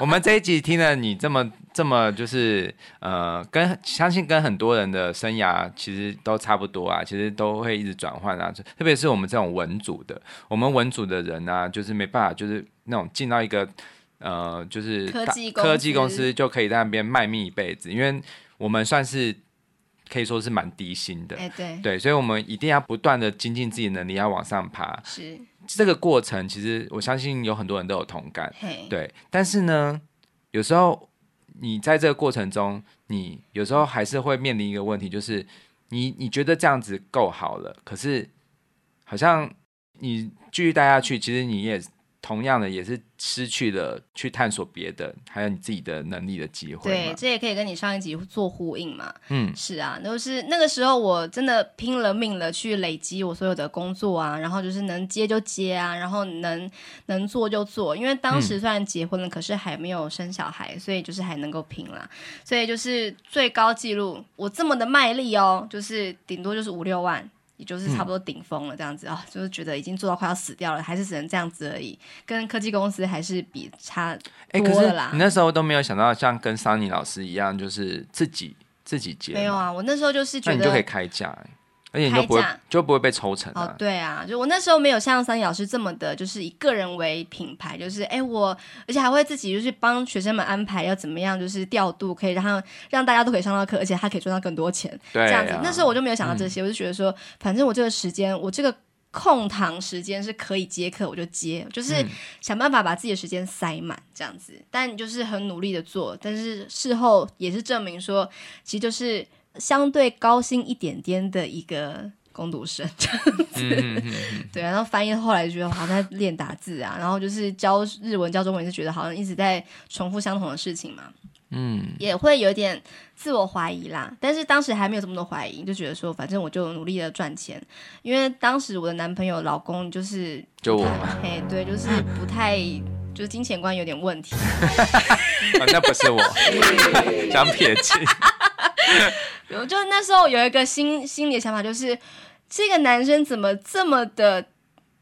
Speaker 2: 我们这一集听了你这么这么就是呃，跟相信跟很多人的生涯其实都差不多啊，其实都会一直转换啊，特别是我们这种文组的，我们文组的人啊，就是没办法，就是那种进到一个呃，就是
Speaker 1: 科
Speaker 2: 大
Speaker 1: 技公
Speaker 2: 科技公
Speaker 1: 司
Speaker 2: 司就可以在那边卖命一辈子，因为我们算是可以说是蛮低薪的。
Speaker 1: 哎、对，
Speaker 2: 对，所以，我们一定要不断的精进自己的能力，要往上爬。
Speaker 1: 是，
Speaker 2: 这个过程，其实我相信有很多人都有同感。
Speaker 1: 嘿，
Speaker 2: 对，但是呢，有时候你在这个过程中，你有时候还是会面临一个问题，就是你你觉得这样子够好了，可是好像你继续待下去，其实你也同样的也是失去了去探索别的，还有你自己的能力的机会
Speaker 1: 对，
Speaker 2: 嘛。
Speaker 1: 这也可以跟你上一集做呼应嘛。
Speaker 2: 嗯，
Speaker 1: 是啊，都是那个时候我真的拼了命了去累积我所有的工作啊，然后就是能接就接啊，然后能能做就做，因为当时虽然结婚了，可是还没有生小孩，所以就是还能够拼啦。所以就是最高纪录，我这么的卖力哦，就是顶多就是五六万。也就是差不多顶峰了，这样
Speaker 2: 嗯
Speaker 1: 子啊、就是觉得已经做到快要死掉了，还是只能这样子而已。跟科技公司还是比差
Speaker 2: 哎、可
Speaker 1: 多
Speaker 2: 是
Speaker 1: 了啦
Speaker 2: 你那时候都没有想到像跟桑尼老师一样，就是自己自己接，
Speaker 1: 没有，啊。我那时候就是
Speaker 2: 那
Speaker 1: 觉
Speaker 2: 你
Speaker 1: 得
Speaker 2: 就可以开价、欸，而且你就不会
Speaker 1: 开价
Speaker 2: 就不会被抽成
Speaker 1: 哦
Speaker 2: 啊，。
Speaker 1: 对啊，就我那时候没有像三老师这么的，就是以个人为品牌，就是哎我，而且还会自己就是帮学生们安排要怎么样，就是调度可以让他们让大家都可以上到课，而且他可以赚到更多钱，
Speaker 2: 对啊，
Speaker 1: 这样子。那时候我就没有想到这些，我就觉得说，反正我这个时间，我这个空堂时间是可以接课，我就接，就是想办法把自己的时间塞满这样子。但就是很努力的做，但是事后也是证明说，其实就是相对高薪一点点的一个。攻读生这样
Speaker 2: 嗯
Speaker 1: 子，对啊，然后翻译后来就觉得好像在练打字啊，然后就是教日文、教中文也是觉得好像一直在重复相同的事情嘛，
Speaker 2: 嗯，
Speaker 1: 也会有点自我怀疑啦，但是当时还没有这么多怀疑，就觉得说反正我就努力的赚钱，因为当时我的男朋友、老公就是
Speaker 2: 就我嘛。
Speaker 1: 他，嘿，对，就是不太，就是金钱观有点问题，
Speaker 2: 啊，那不是我， [laughs] 想撇清。
Speaker 1: 我就那时候有一个心心里的想法，就是这个男生怎么这么的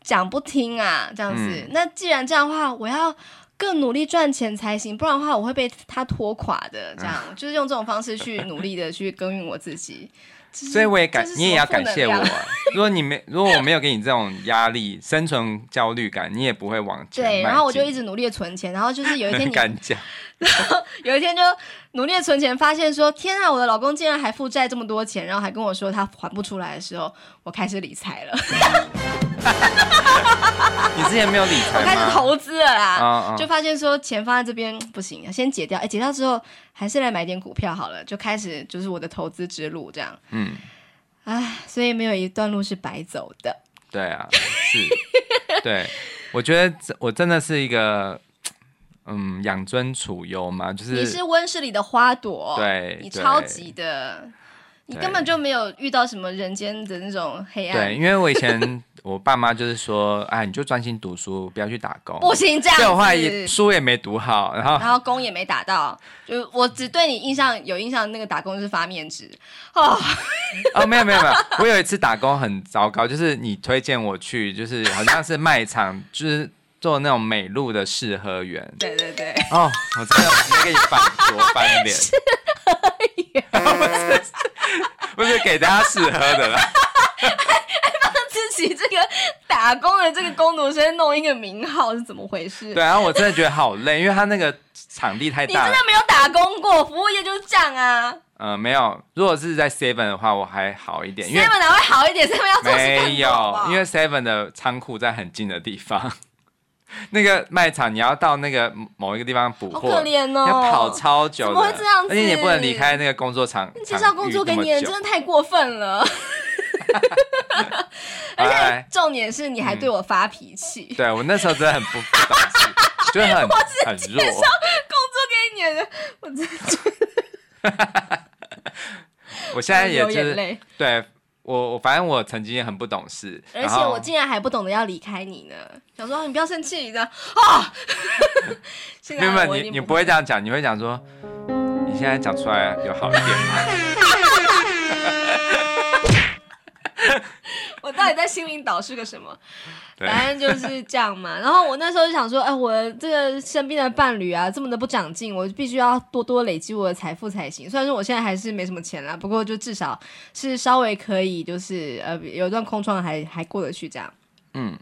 Speaker 1: 讲不听啊？这样子，
Speaker 2: 嗯
Speaker 1: 那既然这样的话，我要更努力赚钱才行，不然的话我会被他拖垮的。这样，
Speaker 2: 啊
Speaker 1: 就是用这种方式去努力的去耕耘我自
Speaker 2: [laughs]
Speaker 1: 己。这是
Speaker 2: 所以我也感
Speaker 1: 这是，什么
Speaker 2: 你也要感谢我
Speaker 1: 负能
Speaker 2: 啊。如果你没，如果我没有给你这种压力、生存焦虑感，你也不会往前迈进。
Speaker 1: 对，然后我就一直努力的存钱，然后就是有一
Speaker 2: [laughs]
Speaker 1: 天你
Speaker 2: 敢讲，
Speaker 1: 有一天就努力的存钱，发现说天啊，我的老公竟然还负债这么多钱，然后还跟我说他还不出来的时候，我开始理财了，
Speaker 2: 你之前没有理
Speaker 1: 我 [laughs]
Speaker 2: 财
Speaker 1: 开始
Speaker 2: 吗？
Speaker 1: 投资了啦。
Speaker 2: 哎啊
Speaker 1: 就发现说钱放在这边不行，先解掉。哎，解掉之后还是来买点股票好了，就开始就是我的投资之路这样。
Speaker 2: 嗯，
Speaker 1: 唉，所以没有一段路是白走的。
Speaker 2: 对啊，是，对，我觉得这我真的是一个，嗯，养尊处优嘛，就
Speaker 1: 你
Speaker 2: 是
Speaker 1: 是温室里的花朵，
Speaker 2: 对
Speaker 1: 你
Speaker 2: 对
Speaker 1: 超级的，你
Speaker 2: 对
Speaker 1: 根本就没有遇到什么人间的那种黑
Speaker 2: 对，
Speaker 1: 暗。
Speaker 2: 因为我以前我爸妈就是说，哎，你就专心读书，不要去打工。
Speaker 1: 不行，这
Speaker 2: 所以我后来
Speaker 1: 样
Speaker 2: 也
Speaker 1: 子，
Speaker 2: 书也没读好，然后
Speaker 1: [laughs] 然后工也没打到，就我只对你印象有印象，那个打工是发面纸哦， [laughs]
Speaker 2: 哦，没有没有没有，我有一次打工很糟糕，就是你推荐我去，就是好像是卖场，就是做那种美露的试喝员。
Speaker 1: 对对对， [laughs]
Speaker 2: 哦，我真的直接给你反桌翻脸。试
Speaker 1: [laughs]
Speaker 2: 喝员，不是不是给大家试喝的啦，
Speaker 1: 自己这个打打工的这个工读生弄一个名号是怎么回事？
Speaker 2: 对，然后我真的觉得好累，因为他那个场地太
Speaker 1: 你
Speaker 2: 大
Speaker 1: 真
Speaker 2: 了
Speaker 1: 的。没有打工过，服务业就是这样啊。
Speaker 2: 呃，没有，如果是在 Seven 的话，我还好一点，因为
Speaker 1: seven 哪会好一点？seven 要做事
Speaker 2: 没有，因
Speaker 1: 为
Speaker 2: 为 Seven 的仓库在很近的地方， [laughs] 那个卖场你要到那个某一个地方补
Speaker 1: 好
Speaker 2: 货
Speaker 1: 可，怜哦，
Speaker 2: 要跑超久
Speaker 1: 怎
Speaker 2: 的，
Speaker 1: 么会这样子
Speaker 2: 而且你也不能离开那个工作场，
Speaker 1: 介绍工作给你，真的太过分了。
Speaker 2: 而且
Speaker 1: 重点是你还对我发脾气，
Speaker 2: 对我那时候真的很不不懂事，就是
Speaker 1: [laughs]
Speaker 2: 很很弱。
Speaker 1: 工作给你的，我真的觉得
Speaker 2: 我现在也
Speaker 1: 流
Speaker 2: 就
Speaker 1: 眼
Speaker 2: 是
Speaker 1: 泪。
Speaker 2: 对我我反正我曾经也很不懂事，
Speaker 1: 而
Speaker 2: 然
Speaker 1: 且
Speaker 2: 后
Speaker 1: 我竟然还不懂得要离开你呢，想说你不要生气，这样啊。
Speaker 2: [laughs]
Speaker 1: [laughs] 现
Speaker 2: 没有没
Speaker 1: 在
Speaker 2: 有
Speaker 1: 我
Speaker 2: 你你
Speaker 1: 不
Speaker 2: 不会这样讲，你会讲说你现在讲出来有好一点吗？
Speaker 1: [laughs] 我到底在心灵岛是个什么？
Speaker 2: 对
Speaker 1: 反正就是这样嘛。然后我那时候就想说，哎，我这个身边的伴侣啊，这么的不长进，我必须要多多累积我的财富才行。虽然说我现在还是没什么钱啦，不过就至少是稍微可以，就是呃，有一段空窗还还过得去这样。
Speaker 2: 嗯，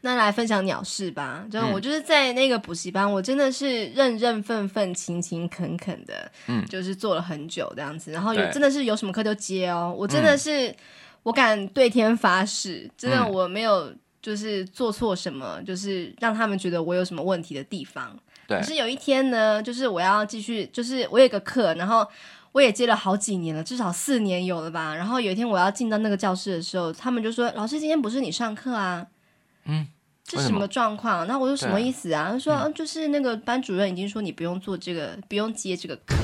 Speaker 1: 那来分享鸟事吧，就是
Speaker 2: 嗯
Speaker 1: 我就是在那个补习班，我真的是认认份份、勤勤恳恳的，
Speaker 2: 嗯
Speaker 1: 就是做了很久这样子。然后有
Speaker 2: 对
Speaker 1: 真的是有什么课就接哦，我真的是、我敢对天发誓，真的
Speaker 2: 嗯
Speaker 1: 我没有就是做错什么，就是让他们觉得我有什么问题的地方。
Speaker 2: 对
Speaker 1: 可是有一天呢，就是我要继续，就是我有一个课，然后我也接了好几年了，至少四年有了吧。然后有一天我要进到那个教室的时候，他们就说：“老师，今天不是你上课啊。”
Speaker 2: 嗯。
Speaker 1: 这
Speaker 2: 为
Speaker 1: 是什
Speaker 2: 什么
Speaker 1: 么状况？那我说
Speaker 2: 对
Speaker 1: 什
Speaker 2: 啊
Speaker 1: 么意思啊？他说、嗯就是那个班主任已经说你不用做这个，不用接这个课，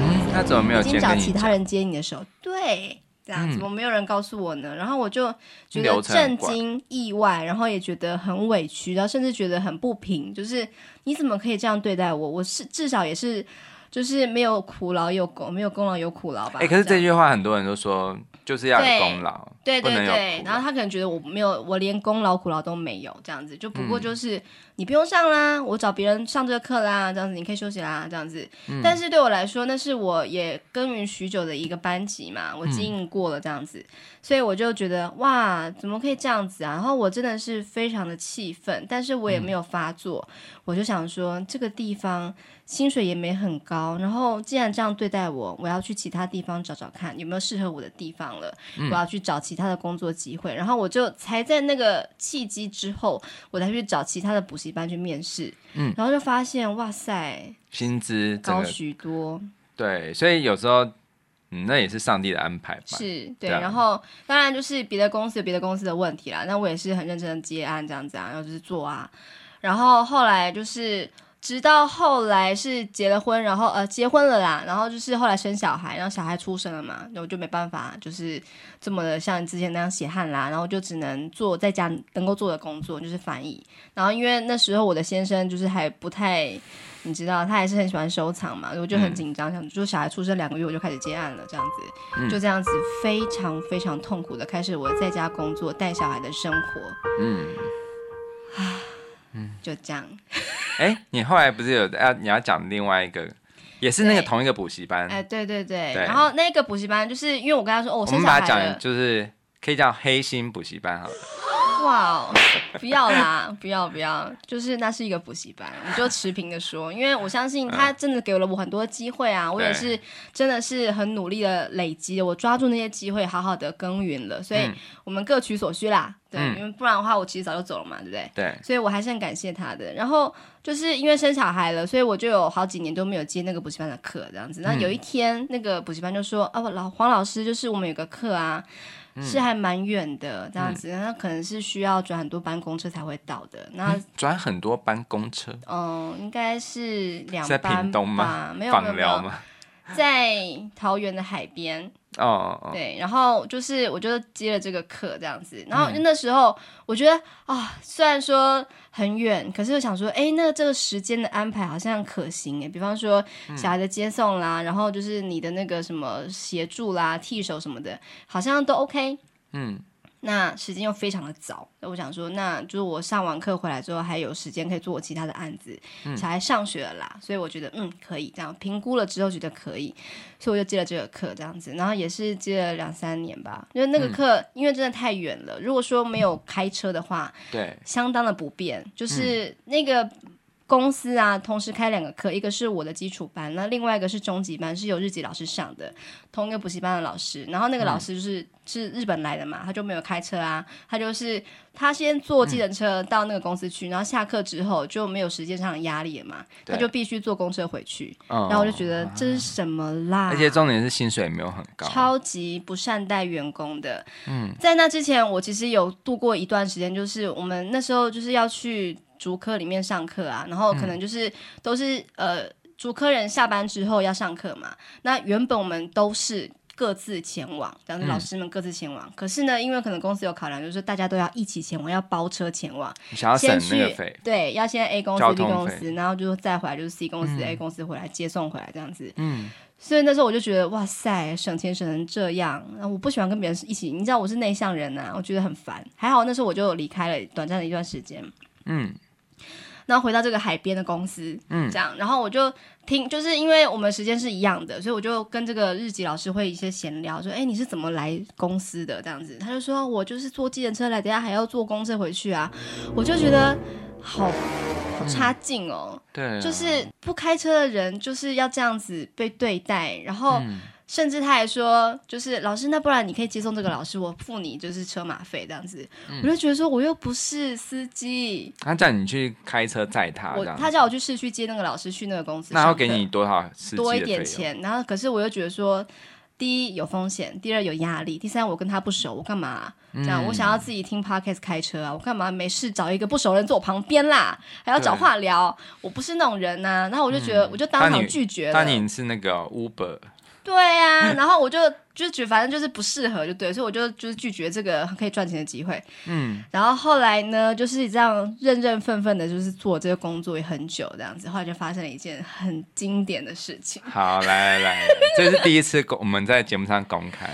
Speaker 2: 嗯，他怎么没有
Speaker 1: 已经
Speaker 2: 先
Speaker 1: 找
Speaker 2: 跟
Speaker 1: 其
Speaker 2: 你
Speaker 1: 他人接你的手。对，这样
Speaker 2: 嗯
Speaker 1: 怎么没有人告诉我呢？然后我就觉得
Speaker 2: 流程很
Speaker 1: 震
Speaker 2: 怪
Speaker 1: 惊、意外，然后也觉得很委屈，然后甚至觉得很不平，就是你怎么可以这样对待我？我是至少也是。就是没有苦劳有功，没有功劳有苦劳吧。
Speaker 2: 哎、可是
Speaker 1: 这
Speaker 2: 这
Speaker 1: 样
Speaker 2: 句话很多人都说，就是要
Speaker 1: 对
Speaker 2: 有功劳，
Speaker 1: 对
Speaker 2: 不
Speaker 1: 对
Speaker 2: 能有
Speaker 1: 对，
Speaker 2: 苦
Speaker 1: 然后他可能觉得我没有，我连功劳苦劳都没有，这样子就不
Speaker 2: 嗯
Speaker 1: 过就是、你不用上啦，我找别人上这个课啦，这样子你可以休息啦，这样子。
Speaker 2: 嗯
Speaker 1: 但是对我来说，那是我也耕耘许久的一个班级嘛，
Speaker 2: 嗯
Speaker 1: 我经营过了这样子，所以我就觉得哇，怎么可以这样子啊？然后我真的是非常的气愤，但是我也
Speaker 2: 嗯
Speaker 1: 没有发作，我就想说这个地方薪水也没很高，然后既然这样对待我，我要去其他地方找找看有没有适合我的地方了，我要去找其他的工作机会。然后我就才在那个契机之后，我才去找其他的补习班去面试，
Speaker 2: 嗯
Speaker 1: 然后就发现哇塞，
Speaker 2: 薪资整
Speaker 1: 高
Speaker 2: 个
Speaker 1: 许多，
Speaker 2: 对，所以有时候嗯，那也是上帝的安排吧。
Speaker 1: 是对，
Speaker 2: 对啊
Speaker 1: 然后当然就是别的公司有别的公司的问题啦，那我也是很认真的接案这样子啊，然后就是做啊，然后后来就是直到后来是结了婚，然后呃结婚了啦，然后就是后来生小孩，然后小孩出生了嘛，那我就没办法就是这么的像之前那样血汗啦，然后就只能做在家能够做的工作，就是翻译。然后因为那时候我的先生就是还不太。你知道他还是很喜欢收藏嘛，我就很紧张，想就小孩出生两个月我就开始接案了，这样子。
Speaker 2: 嗯
Speaker 1: 就这样子非常非常痛苦的开始我在家工作带小孩的生活，
Speaker 2: 嗯，
Speaker 1: 就这样。
Speaker 2: 哎、你后来不是有要你要讲另外一个，也是那个
Speaker 1: 对
Speaker 2: 同一个补习班，
Speaker 1: 哎、对对对。
Speaker 2: 嗯对
Speaker 1: 然后那个补习班就是因为我跟他说，哦，我
Speaker 2: 我
Speaker 1: 生
Speaker 2: 们
Speaker 1: 小
Speaker 2: 把它
Speaker 1: 孩
Speaker 2: 讲
Speaker 1: 了，
Speaker 2: 就是可以叫黑心补习班好了。
Speaker 1: 哇哦，不要啦，不要不要，就是那是一个补习班，我就持平的说，因为我相信
Speaker 2: 嗯
Speaker 1: 他真的给了我很多机会啊，我也是真的是很努力的累积，我抓住那些机会，好好的耕耘了，所以
Speaker 2: 嗯
Speaker 1: 我们各取所需啦，对，
Speaker 2: 嗯
Speaker 1: 因为不然的话我其实早就走了嘛，对不对？
Speaker 2: 对，
Speaker 1: 所以我还是很感谢他的。然后就是因为生小孩了，所以我就有好几年都没有接那个补习班的课，这样子。那
Speaker 2: 嗯
Speaker 1: 有一天，那个补习班就说：“啊，我老黄老师，就是我们有个课啊，
Speaker 2: 嗯
Speaker 1: 是还蛮远的，这样子，那可能是需要转很多班公车才会到的。那
Speaker 2: 转很多班公车，
Speaker 1: 嗯，应该是两
Speaker 2: 在
Speaker 1: 班
Speaker 2: 屏东
Speaker 1: 吧
Speaker 2: 吗？？
Speaker 1: 没有没有
Speaker 2: 访
Speaker 1: 没
Speaker 2: 聊
Speaker 1: 有，
Speaker 2: 吗？
Speaker 1: 在桃园的海边。”
Speaker 2: 哦哦哦，
Speaker 1: 对，然后就是我就接了这个课这样子，然后那时候我觉得啊、虽然说很远，可是我想说，哎，那这个时间的安排好像可行哎，比方说小孩的接送啦，然后就是你的那个什么协助啦、替手什么的，好像都 OK。
Speaker 2: 嗯，
Speaker 1: 那时间又非常的早，那我想说，那就是我上完课回来之后还有时间可以做我其他的案子，才上学了啦，所以我觉得嗯可以这样评估了之后觉得可以，所以我就接了这个课这样子，然后也是接了两三年吧，因为那个课、因为真的太远了，如果说没有开车的话，
Speaker 2: 对，
Speaker 1: 相当的不便，就是那
Speaker 2: 嗯
Speaker 1: 个。公司啊，同时开两个课，一个是我的基础班，那另外一个是中级班，是由日籍老师上的，同一个补习班的老师。然后那个
Speaker 2: 嗯
Speaker 1: 老师就是、是日本来的嘛，他就没有开车啊，他就是他先坐计程车到那个公司去，然后下课之后就没有时间上的压力了嘛，
Speaker 2: 对
Speaker 1: 他就必须坐公车回去。
Speaker 2: 嗯
Speaker 1: 然后我就觉得这是什么啦？
Speaker 2: 而且重点是薪水也没有很高，
Speaker 1: 超级不善待员工的。嗯，在那之前，我其实有度过一段时间，就是我们那时候就是要去竹科里面上课啊，然后可能就是都是、呃竹科人下班之后要上课嘛。那原本我们都是。各自前往，这样子老师们各自前往。可是呢，因为可能公司有考量，就是大家都要一起前往，要包车前往。
Speaker 2: 想要省
Speaker 1: 先
Speaker 2: 那个
Speaker 1: 去
Speaker 2: 费，
Speaker 1: 对，要先 A 公司
Speaker 2: 交
Speaker 1: B
Speaker 2: 通
Speaker 1: 公
Speaker 2: 费嗯
Speaker 1: 司，然后就再回来就是 C 公司、A 公司回来接送回来这样子。嗯，所以那时候我就觉得哇塞，省钱省成这样，然后我不喜欢跟别人一起，你知道我是内向人啊呐、我觉得很烦。还好那时候我就离开了短暂的一段时间。
Speaker 2: 嗯，
Speaker 1: 然后回到这个海边的公司，嗯，这样，然后我就听，就是因为我们时间是一样的，所以我就跟这个日籍老师会一些闲聊，说，哎，你是怎么来公司的？这样子，他就说我就是坐计程车来，等一下还要坐公车回去啊，我就觉得好好差劲哦，
Speaker 2: 对啊，
Speaker 1: 就是不开车的人就是要这样子被对待，然后甚至他还说，就是老师，那不然你可以接送这个老师，我付你就是车马费这样子。我就觉得说，我又不是司机，
Speaker 2: 他叫你去开车载他啊这
Speaker 1: 我
Speaker 2: 样，
Speaker 1: 他叫我去市区接那个老师去那个公司上
Speaker 2: 那
Speaker 1: 课，
Speaker 2: 要给你多少司机的
Speaker 1: 多一点
Speaker 2: 费用？
Speaker 1: 钱，然后可是我又觉得说。第一有风险，第二有压力，第三我跟他不熟，我干嘛、这样？我想要
Speaker 2: 嗯
Speaker 1: 自己听 podcast 开车啊，我干嘛没事找一个不熟人坐我旁边啦？还要找
Speaker 2: 对
Speaker 1: 话聊，我不是那种人呐、然后我就觉得，我就当
Speaker 2: 当
Speaker 1: 场
Speaker 2: 你
Speaker 1: 拒绝了。
Speaker 2: 当年是那个 Uber，
Speaker 1: 对啊， [laughs] 然后我就就觉得反正就是不适合，就对，所以我就就是拒绝这个可以赚钱的机会。嗯，然后后来呢，就是这样认认分分的，就是做这个工作也很久，这样子，后来就发生了一件很经典的事情。
Speaker 2: 好，来来来，这是第一次公我们在节目上公开。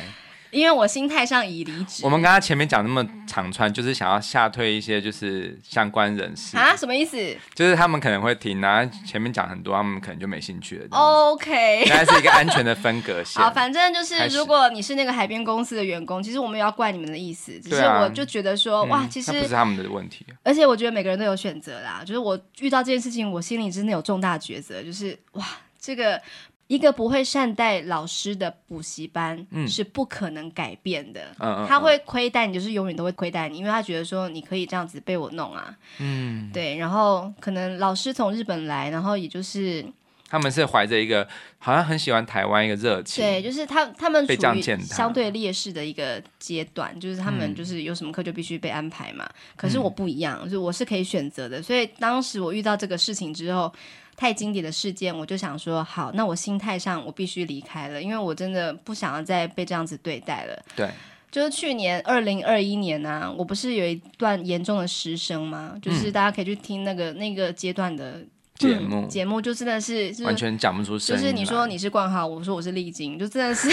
Speaker 1: 因为我心态上已离职
Speaker 2: 我们刚刚前面讲那么长串，就是想要吓退一些就是相关人士，
Speaker 1: 啊，什么意思
Speaker 2: 就是他们可能会听，然后前面讲很多，他们可能就没兴趣了。哦，
Speaker 1: ？OK。
Speaker 2: 大概是一个安全的分隔
Speaker 1: [laughs]
Speaker 2: 线
Speaker 1: 好，。反正就是，
Speaker 2: 开始
Speaker 1: 如果你是那个海边公司的员工，其实我没有要怪你们的意思，只是
Speaker 2: 对啊
Speaker 1: 我就觉得说，
Speaker 2: 嗯
Speaker 1: 哦哇，其实
Speaker 2: 那不是他们的问题，
Speaker 1: 而且我觉得每个人都有选择啦，就是我遇到这件事情，我心里真的有重大抉择，就是哇，这个一个不会善待老师的补习班、
Speaker 2: 嗯
Speaker 1: 是不可能改变的。
Speaker 2: 嗯嗯，
Speaker 1: 他会亏待你，就是永远都会亏待你，因为他觉得说你可以这样子被我弄啊，
Speaker 2: 嗯，
Speaker 1: 对，然后可能老师从日本来，然后也就是
Speaker 2: 他们是怀着一个好像很喜欢台湾一个热情，
Speaker 1: 对，就是他他们处
Speaker 2: 被这样
Speaker 1: 于
Speaker 2: 践踏
Speaker 1: 相对劣势的一个阶段，就是他
Speaker 2: 嗯
Speaker 1: 们就是有什么课就必须被安排嘛。可是我不一样，就是我是可以选择的。所以当时我遇到这个事情之后，太经典的事件，我就想说，好，那我心态上我必须离开了，因为我真的不想要再被这样子对待了。
Speaker 2: 对，
Speaker 1: 就是去年二零二一年啊，我不是有一段严重的失声吗？就是大家可以去听那个那个阶段的
Speaker 2: 嗯
Speaker 1: 嗯
Speaker 2: 节目
Speaker 1: 节目，就真的是就是
Speaker 2: 完全讲不出声
Speaker 1: 就
Speaker 2: 音来。
Speaker 1: 是你说你是冠豪，我说我是丽晶，就真的
Speaker 2: [laughs]
Speaker 1: 是，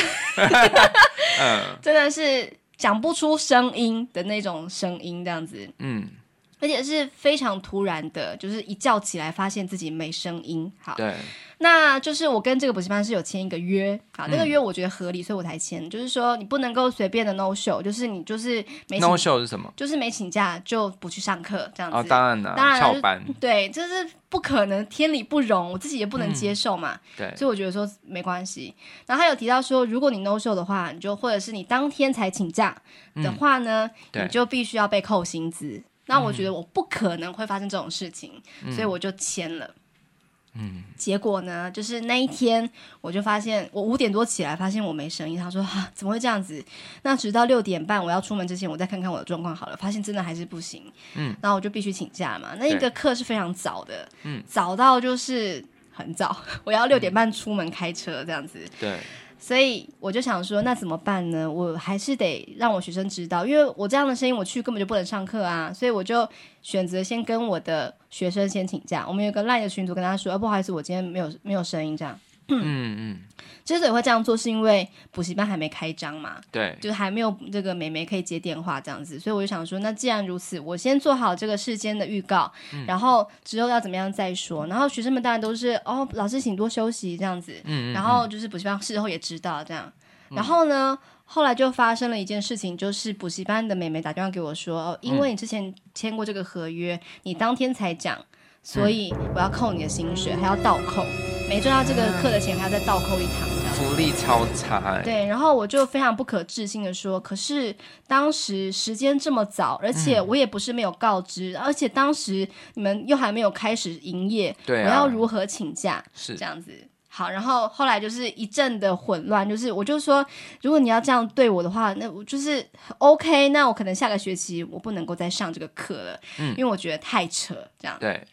Speaker 2: 嗯
Speaker 1: [laughs] 真的是讲不出声音的那种声音，这样子，
Speaker 2: 嗯，
Speaker 1: 而且是非常突然的，就是一觉起来发现自己没声音。好，
Speaker 2: 对，
Speaker 1: 那就是我跟这个补习班是有签一个约，好，
Speaker 2: 嗯
Speaker 1: 那个约我觉得合理，所以我才签。就是说你不能够随便的 no show，就是你就是没请
Speaker 2: no show 是什么？
Speaker 1: 就是没请假就不去上课这样子。
Speaker 2: 哦，当然了，
Speaker 1: 当然了
Speaker 2: 翘班，
Speaker 1: 对，这是不可能，天理不容，我自己也不能
Speaker 2: 嗯
Speaker 1: 接受嘛。
Speaker 2: 对，
Speaker 1: 所以我觉得说没关系。然后他有提到说，如果你 no show 的话，你就或者是你当天才请假的话呢，
Speaker 2: 对
Speaker 1: 你就必须要被扣薪资。那我觉得我不可能会发生这种事情，所以我就签了。嗯，结果呢，就是那一天我就发现，我五点多起来发现我没声音，他说啊，怎么会这样子？那直到六点半我要出门之前，我再看看我的状况好了，发现真的还是不行。嗯，然后我就必须请假嘛。那一个课是非常早的，嗯，早到就是很早，我要六点半出门开车这样子，
Speaker 2: 对，
Speaker 1: 所以我就想说，那怎么办呢？我还是得让我学生知道，因为我这样的声音我去根本就不能上课啊，所以我就选择先哦跟我的学生先请假。我们有个 LINE 的群组跟他说，啊，不好意思，我今天没有没有声音这样。
Speaker 2: 嗯嗯，
Speaker 1: 之所以会这样做，是因为补习班还没开张嘛，
Speaker 2: 对，
Speaker 1: 就是还没有这个美眉可以接电话这样子，所以我就想说，那既然如此，我先做好这个事先的预告，然后之后要怎么样再说。然后学生们当然都是哦，老师请多休息这样子，
Speaker 2: 嗯嗯嗯
Speaker 1: 然后就是补习班事后也知道这样，然后呢，后来就发生了一件事情，就是补习班的妹妹打电话给我说，哦，因
Speaker 2: 嗯
Speaker 1: 为你之前签过这个合约，你当天才讲，所
Speaker 2: 嗯
Speaker 1: 以我要扣你的薪水，还要倒扣，没赚到这个课的钱还要再倒扣一堂这样。
Speaker 2: 福利超差、欸，
Speaker 1: 对，然后我就非常不可置信的说，可是当时时间这么早，而
Speaker 2: 嗯
Speaker 1: 且我也不是没有告知，而且当时你们又还没有开始营业，
Speaker 2: 对啊
Speaker 1: 我要如何请假？
Speaker 2: 是
Speaker 1: 这样子。好，然后后来就是一阵的混乱，就是我就说，如果你要这样对我的话，那我就是 OK，那我可能下个学期我不能够再上这个课了，因为我觉得太扯这样。
Speaker 2: 对，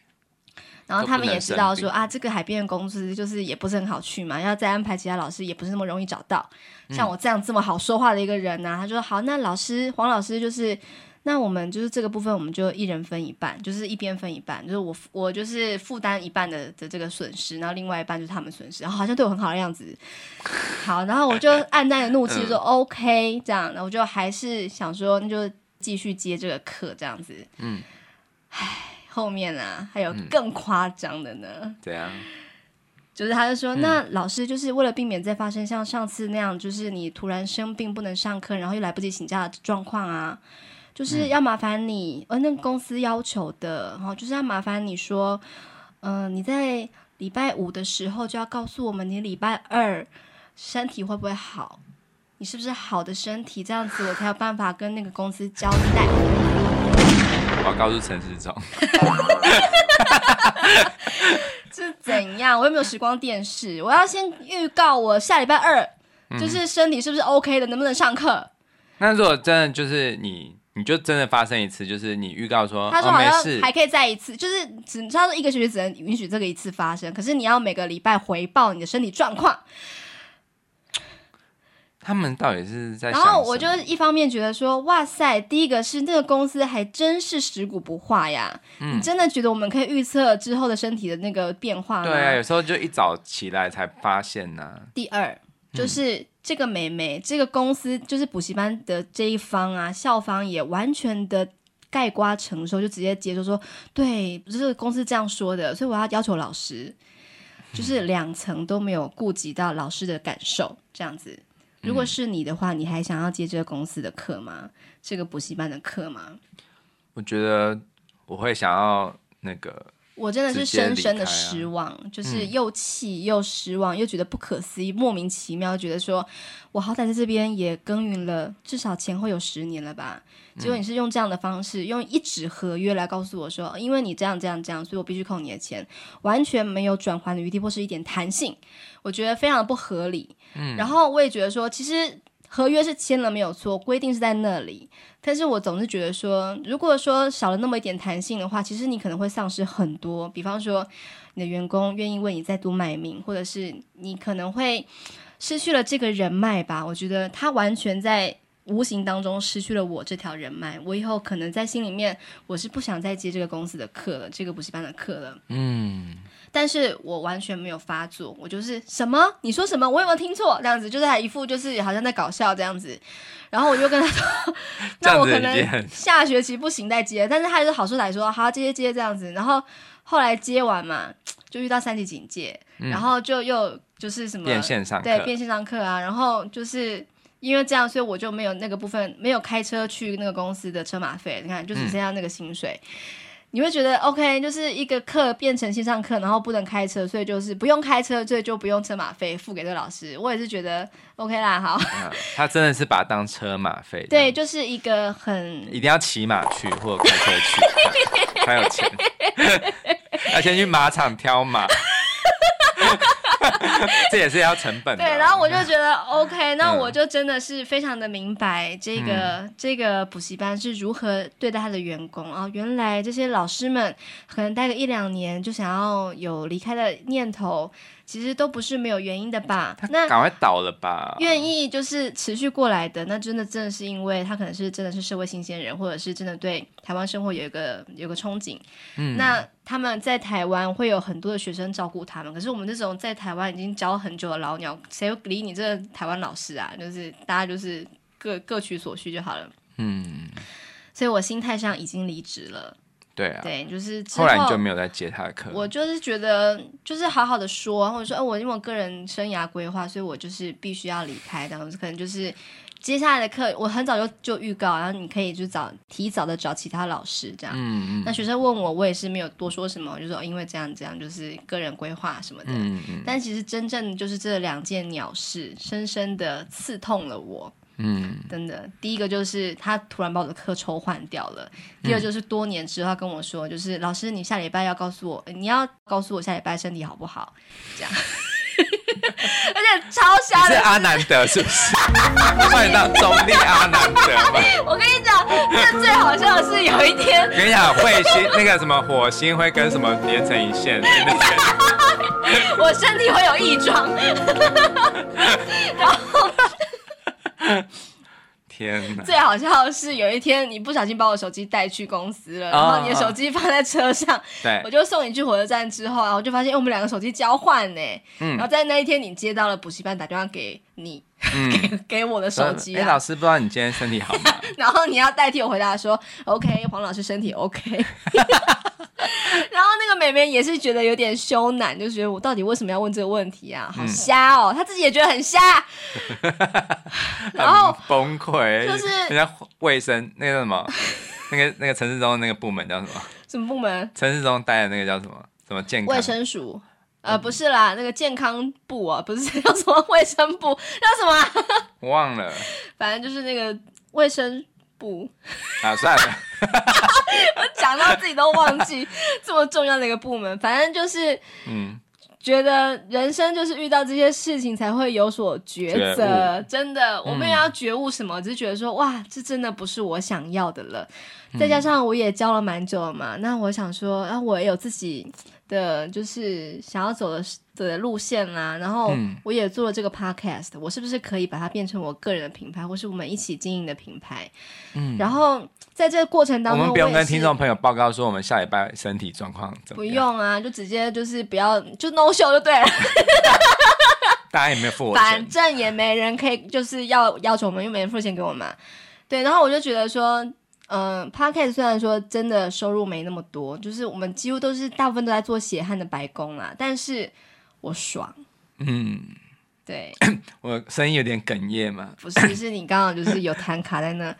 Speaker 1: 然后他们也知道
Speaker 2: 都不能
Speaker 1: 说
Speaker 2: 生
Speaker 1: 啊，这个海边的公司就是也不是很好去嘛，要再安排其他老师也不是那么容易找到。
Speaker 2: 嗯
Speaker 1: 像我这样这么好说话的一个人啊呢、他说好，那老师黄老师就是。那我们就是这个部分，我们就一人分一半，就是一边分一半，就是我我就是负担一半的的这个损失，然后另外一半就是他们损失，然后好像对我很好的样子。好，然后我
Speaker 2: [laughs]
Speaker 1: 就暗淡的怒气
Speaker 2: 嗯
Speaker 1: 说 OK 这样，然后我就还是想说那就继续接这个课这样子。
Speaker 2: 嗯，
Speaker 1: 唉，后面啊还有更夸张的呢。
Speaker 2: 怎样？
Speaker 1: 就是他就说，那老师就是为了避免再发生像上次那样，就是你突然生病不能上课，然后又来不及请假的状况啊，就是要麻烦你，呃，那个公司要求的，然后就是要麻烦你说，嗯、你在礼拜五的时候就要告诉我们你礼拜二身体会不会好，你是不是好的身体，这样子我才有办法跟那个公司交代。
Speaker 2: 我告诉陈世忠，
Speaker 1: 是怎样？ [laughs] 我又没有时光电视，我要先预告我下礼拜二，
Speaker 2: 嗯
Speaker 1: 就是身体是不是 OK 的，能不能上课？
Speaker 2: [laughs] 那如果真的就是你，你就真的发生一次，就是你预告说
Speaker 1: 他说
Speaker 2: 哦
Speaker 1: 好
Speaker 2: 没
Speaker 1: 像
Speaker 2: 事，
Speaker 1: 还可以再一次，就是只他说一个学期只能允许这个一次发生，可是你要每个礼拜回报你的身体状况。
Speaker 2: 他们到底是在
Speaker 1: 然
Speaker 2: 想
Speaker 1: 后我
Speaker 2: 什
Speaker 1: 就
Speaker 2: 么
Speaker 1: 一方面觉得说，哇塞，第一个是那个公司还真是食古不化呀，
Speaker 2: 嗯
Speaker 1: 你真的觉得我们可以预测之后的身体的那个变化吗？
Speaker 2: 对啊，有时候就一早起来才发现啊呢、
Speaker 1: 第二就是这个美眉，这个公司就是补习班的这一方啊，校方也完全的。盖瓜承受就直接接受说，对，这个公司这样说的，所以我要要求老师，就是两层都没有顾及到老师的感受，这样子。如果是你的话，你还想要接这个公司的课吗？这个补习班的课吗？
Speaker 2: 我觉得我会想要那个，
Speaker 1: 我真的是
Speaker 2: 直接
Speaker 1: 深
Speaker 2: 离
Speaker 1: 深的
Speaker 2: 开啊
Speaker 1: 失望，就是又气又失望，又觉得不可思议，莫名其妙，觉得说我好歹在这边也耕耘了，至少前后有十年了吧。结
Speaker 2: 嗯
Speaker 1: 果你是用这样的方式，用一纸合约来告诉我说，因为你这样这样这样，所以我必须扣你的钱，完全没有转还的余地或是一点弹性，我觉得非常的不合理。嗯，然后我也觉得说，其实。合约是签了没有错，规定是在那里，但是我总是觉得说，如果说少了那么一点弹性的话，其实你可能会丧失很多。比方说，你的员工愿意为你再多卖命，或者是你可能会失去了这个人脉吧。我觉得他完全在无形当中失去了我这条人脉。我以后可能在心里面，我是不想再接这个公司的课了，这个补习班的课了。
Speaker 2: 嗯，
Speaker 1: 但是我完全没有发作，我就是什么你说什么，我有没有听错？这样子就是还一副就是好像在搞笑这样子，然后我就跟他
Speaker 2: [laughs]
Speaker 1: 说，那我可
Speaker 2: 这样子已经
Speaker 1: 能
Speaker 2: 很
Speaker 1: 下学期不行再接，但是他就是好说歹说，好接接接这样子，然后后来接完嘛，就遇到三级警戒，然后就又就是什么
Speaker 2: 嗯变现上
Speaker 1: 对
Speaker 2: 课，
Speaker 1: 变线上课啊，然后就是。因为这样，所以我就没有那个部分，没有开车去那个公司的车马费。你看，就只
Speaker 2: 嗯
Speaker 1: 剩下那个薪水。你会觉得 OK，就是一个课变成线上课，然后不能开车，所以就是不用开车，所以就不用车马费付给这个老师。我也是觉得 OK 啦，好， [laughs]
Speaker 2: 嗯他真的是把它当车马费，
Speaker 1: 对，，就是一个很
Speaker 2: 一定要骑马去或者开车
Speaker 1: [laughs]
Speaker 2: 去才有钱， [laughs] 要先去马场挑马， [laughs] 这也是要成本的、啊
Speaker 1: 对，然后我就觉得 OK，那我就真的是非常的明白这个、这个补习班是如何对待他的员工啊。原来这些老师们可能待个一两年就想要有离开的念头，其实都不是没有原因的吧？那
Speaker 2: 赶快倒了吧！
Speaker 1: 愿意就是持续过来的，那真的真的是因为他可能是真的是社会新鲜人，或者是真的对台湾生活有一个有个憧憬。嗯，那他们在台湾会有很多的学生照顾他们，可是我们这种在台湾已经教很久的老鸟，谁会理你这个台湾老师啊？就是大家就是各各取所需就好了。
Speaker 2: 嗯，
Speaker 1: 所以我心态上已经离职了。
Speaker 2: 对啊。
Speaker 1: 对，就是之
Speaker 2: 后来你就没有再接他的课，
Speaker 1: 我就是觉得，就是好好的说，或者说，哎、我因为我个人生涯规划，所以我就是必须要离开，然后可能就是接下来的课，我很早就就预告，然后你可以就找提早的找其他老师这样。
Speaker 2: 嗯
Speaker 1: 那学生问我，我也是没有多说什么，我就说、哦因为这样这样，就是个人规划什么的。
Speaker 2: 嗯嗯
Speaker 1: 但其实真正就是这两件鸟事，深深的刺痛了我。
Speaker 2: 嗯，
Speaker 1: 真的，第一个就是他突然把我的课抽换掉了，
Speaker 2: 嗯
Speaker 1: 第二就是多年之后他跟我说，就是老师，你下礼拜要告诉我，呃你要告诉我下礼拜身体好不好，这样， [laughs] 而且超
Speaker 2: 你
Speaker 1: 瞎
Speaker 2: 是啊
Speaker 1: 的，
Speaker 2: 阿南德是不是？ [laughs] 我把你当中立阿南德吗？
Speaker 1: 我跟你讲，这最好笑的是有一天，
Speaker 2: 跟你讲，彗星那个什么火星会跟什么连成一线，真的是
Speaker 1: 我身体会有异状， [laughs]
Speaker 2: 天哪！
Speaker 1: 最好笑的是有一天你不小心把我手机带去公司
Speaker 2: 哦
Speaker 1: 了，然后你的手机放在车上，
Speaker 2: 对
Speaker 1: 我，就送你去火车站之后啊，我就发现、哎我们两个手机交换呢、
Speaker 2: 嗯
Speaker 1: 然后在那一天你接到了补习班打电话给你，给 [laughs] 给我的手机
Speaker 2: 嗯哎，
Speaker 1: 啊，
Speaker 2: 老师，不知道你今天身体好
Speaker 1: [laughs]
Speaker 2: 吗？
Speaker 1: 然后你要代替我回答说 OK，黄老师身体 OK。然后那个妹妹也是觉得有点羞赧，就觉得我到底为什么要问这个问题啊？
Speaker 2: 嗯
Speaker 1: 好瞎哦，她自己也觉得很瞎。
Speaker 2: [laughs]
Speaker 1: 然后
Speaker 2: 很崩
Speaker 1: 哦
Speaker 2: 溃，
Speaker 1: 就是
Speaker 2: 人家卫生那个叫什么，那个那个陈世忠那个部门叫什么？
Speaker 1: 什么部门？
Speaker 2: 陈世忠待的那个叫什么？什么健康？嗯
Speaker 1: 卫生署。呃，不是啦，那个健康部啊，不是 [laughs] 叫什么卫生部，叫什么啊、
Speaker 2: 我忘了
Speaker 1: 反正就是那个卫生部， [laughs]
Speaker 2: 啊，算了，
Speaker 1: 讲到自己都忘记这么重要的一个部门。反正就是 [laughs]
Speaker 2: 嗯，
Speaker 1: 觉得人生就是遇到这些事情才会有所抉择，真的，我没有要觉悟什么，只是觉得说，哇，这真的不是我想要的了。
Speaker 2: 嗯
Speaker 1: 再加上我也教了蛮久了嘛，那我想说，啊，我也有自己的就是想要走的走的路线啦，然后
Speaker 2: 嗯
Speaker 1: 我也做了这个 podcast，我是不是可以把它变成我个人的品牌，或是我们一起经营的品牌？嗯，然后在这个过程当
Speaker 2: 我
Speaker 1: 中，
Speaker 2: 们不用
Speaker 1: 也
Speaker 2: 跟
Speaker 1: 是
Speaker 2: 听众朋友报告说我们下礼拜身体状况怎
Speaker 1: 不
Speaker 2: 么样，
Speaker 1: 用啊，就直接就是不要就 no show 就对了。
Speaker 2: 大家也没有付我
Speaker 1: 反
Speaker 2: 钱，
Speaker 1: 正也没人可以就是要要求我们，因为没人付钱给我嘛。对，然后我就觉得说，嗯、p o d c a s t 虽然说真的收入没那么多，就是我们几乎都是大部分都在做血汗的白工啦，但是我爽。
Speaker 2: 嗯，
Speaker 1: 对，
Speaker 2: 我声音有点哽咽嘛，
Speaker 1: 不是，是你刚好就是有弹卡在那。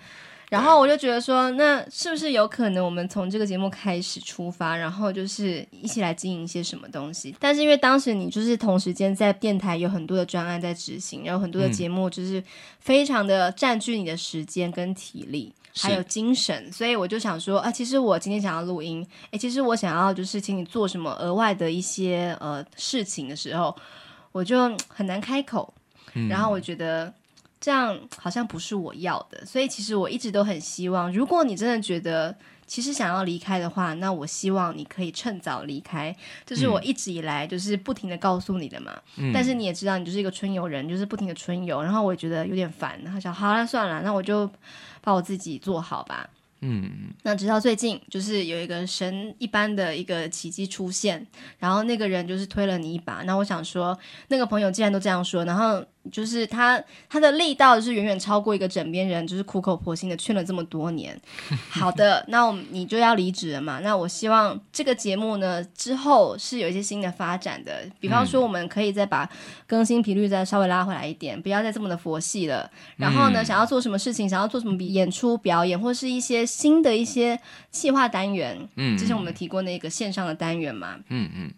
Speaker 1: 然后我就觉得说，那是不是有可能我们从这个节目开始出发，然后就是一起来经营一些什么东西？但是因为当时你就是同时间在电台有很多的专案在执行，然后很多的节目就是非常的占据你的时间跟体力，
Speaker 2: 是
Speaker 1: 还有精神，所以我就想说，啊，其实我今天想要录音，诶，其实我想要就是请你做什么额外的一些呃事情的时候，我就嗯很难开口，然后我觉得。这样好像不是我要的，所以其实我一直都很希望，如果你真的觉得其实想要离开的话，那我希望你可以趁早离开，这是我一直以来就是不停的告诉你的嘛。但是你也知道，你就是一个春游人，就是不停的春游，然后我也觉得有点烦，然后想好了算了，那我就把我自己做好吧。
Speaker 2: 嗯，
Speaker 1: 那直到最近，就是有一个神一般的一个奇迹出现，然后那个人就是推了你一把。那我想说，那个朋友既然都这样说，然后就是他他的力道就是远远超过一个枕边人，就是苦口婆心的劝了这么多
Speaker 2: [laughs]
Speaker 1: 年。好的，那我们你就要离职了嘛？那我希望这个节目呢之后是有一些新的发展的，比方说我们可以再把更新频率再稍微拉回来一点，不要再这么的佛系了。
Speaker 2: 嗯
Speaker 1: 然后呢，想要做什么事情，想要做什么演出、表演，或是一些新的一些企划单元，
Speaker 2: 嗯
Speaker 1: 之前我们提过那个线上的单元嘛，
Speaker 2: 嗯嗯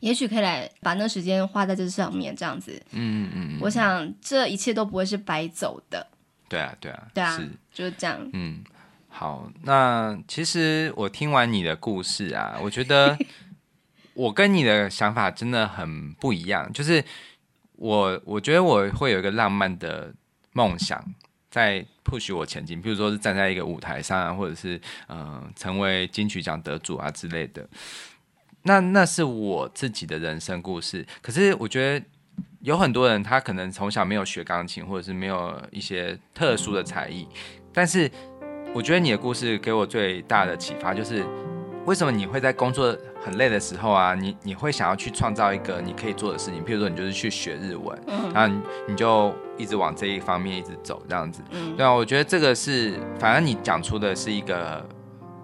Speaker 1: 也许可以来把那时间花在这上面，这样子，
Speaker 2: 嗯嗯嗯，
Speaker 1: 我想这一切都不会是白走的，
Speaker 2: 对啊对啊，
Speaker 1: 对啊
Speaker 2: 是，
Speaker 1: 就是这样。
Speaker 2: 嗯，好，那其实我听完你的故事啊，我觉得我跟你的想法真的很不一样。就是我，我觉得我会有一个浪漫的梦想在 push 我前进，比如说是站在一个舞台上啊，或者是嗯、呃成为金曲奖得主啊之类的。那那是我自己的人生故事。可是我觉得有很多人，他可能从小没有学钢琴，或者是没有一些特殊的才艺。但是我觉得你的故事给我最大的启发就是，为什么你会在工作很累的时候啊，你你会想要去创造一个你可以做的事情？譬如说，你就是去学日文，
Speaker 1: 嗯
Speaker 2: 然后你你就一直往这一方面一直走，这样子。
Speaker 1: 嗯
Speaker 2: 对啊，我觉得这个是，反正你讲出的是一个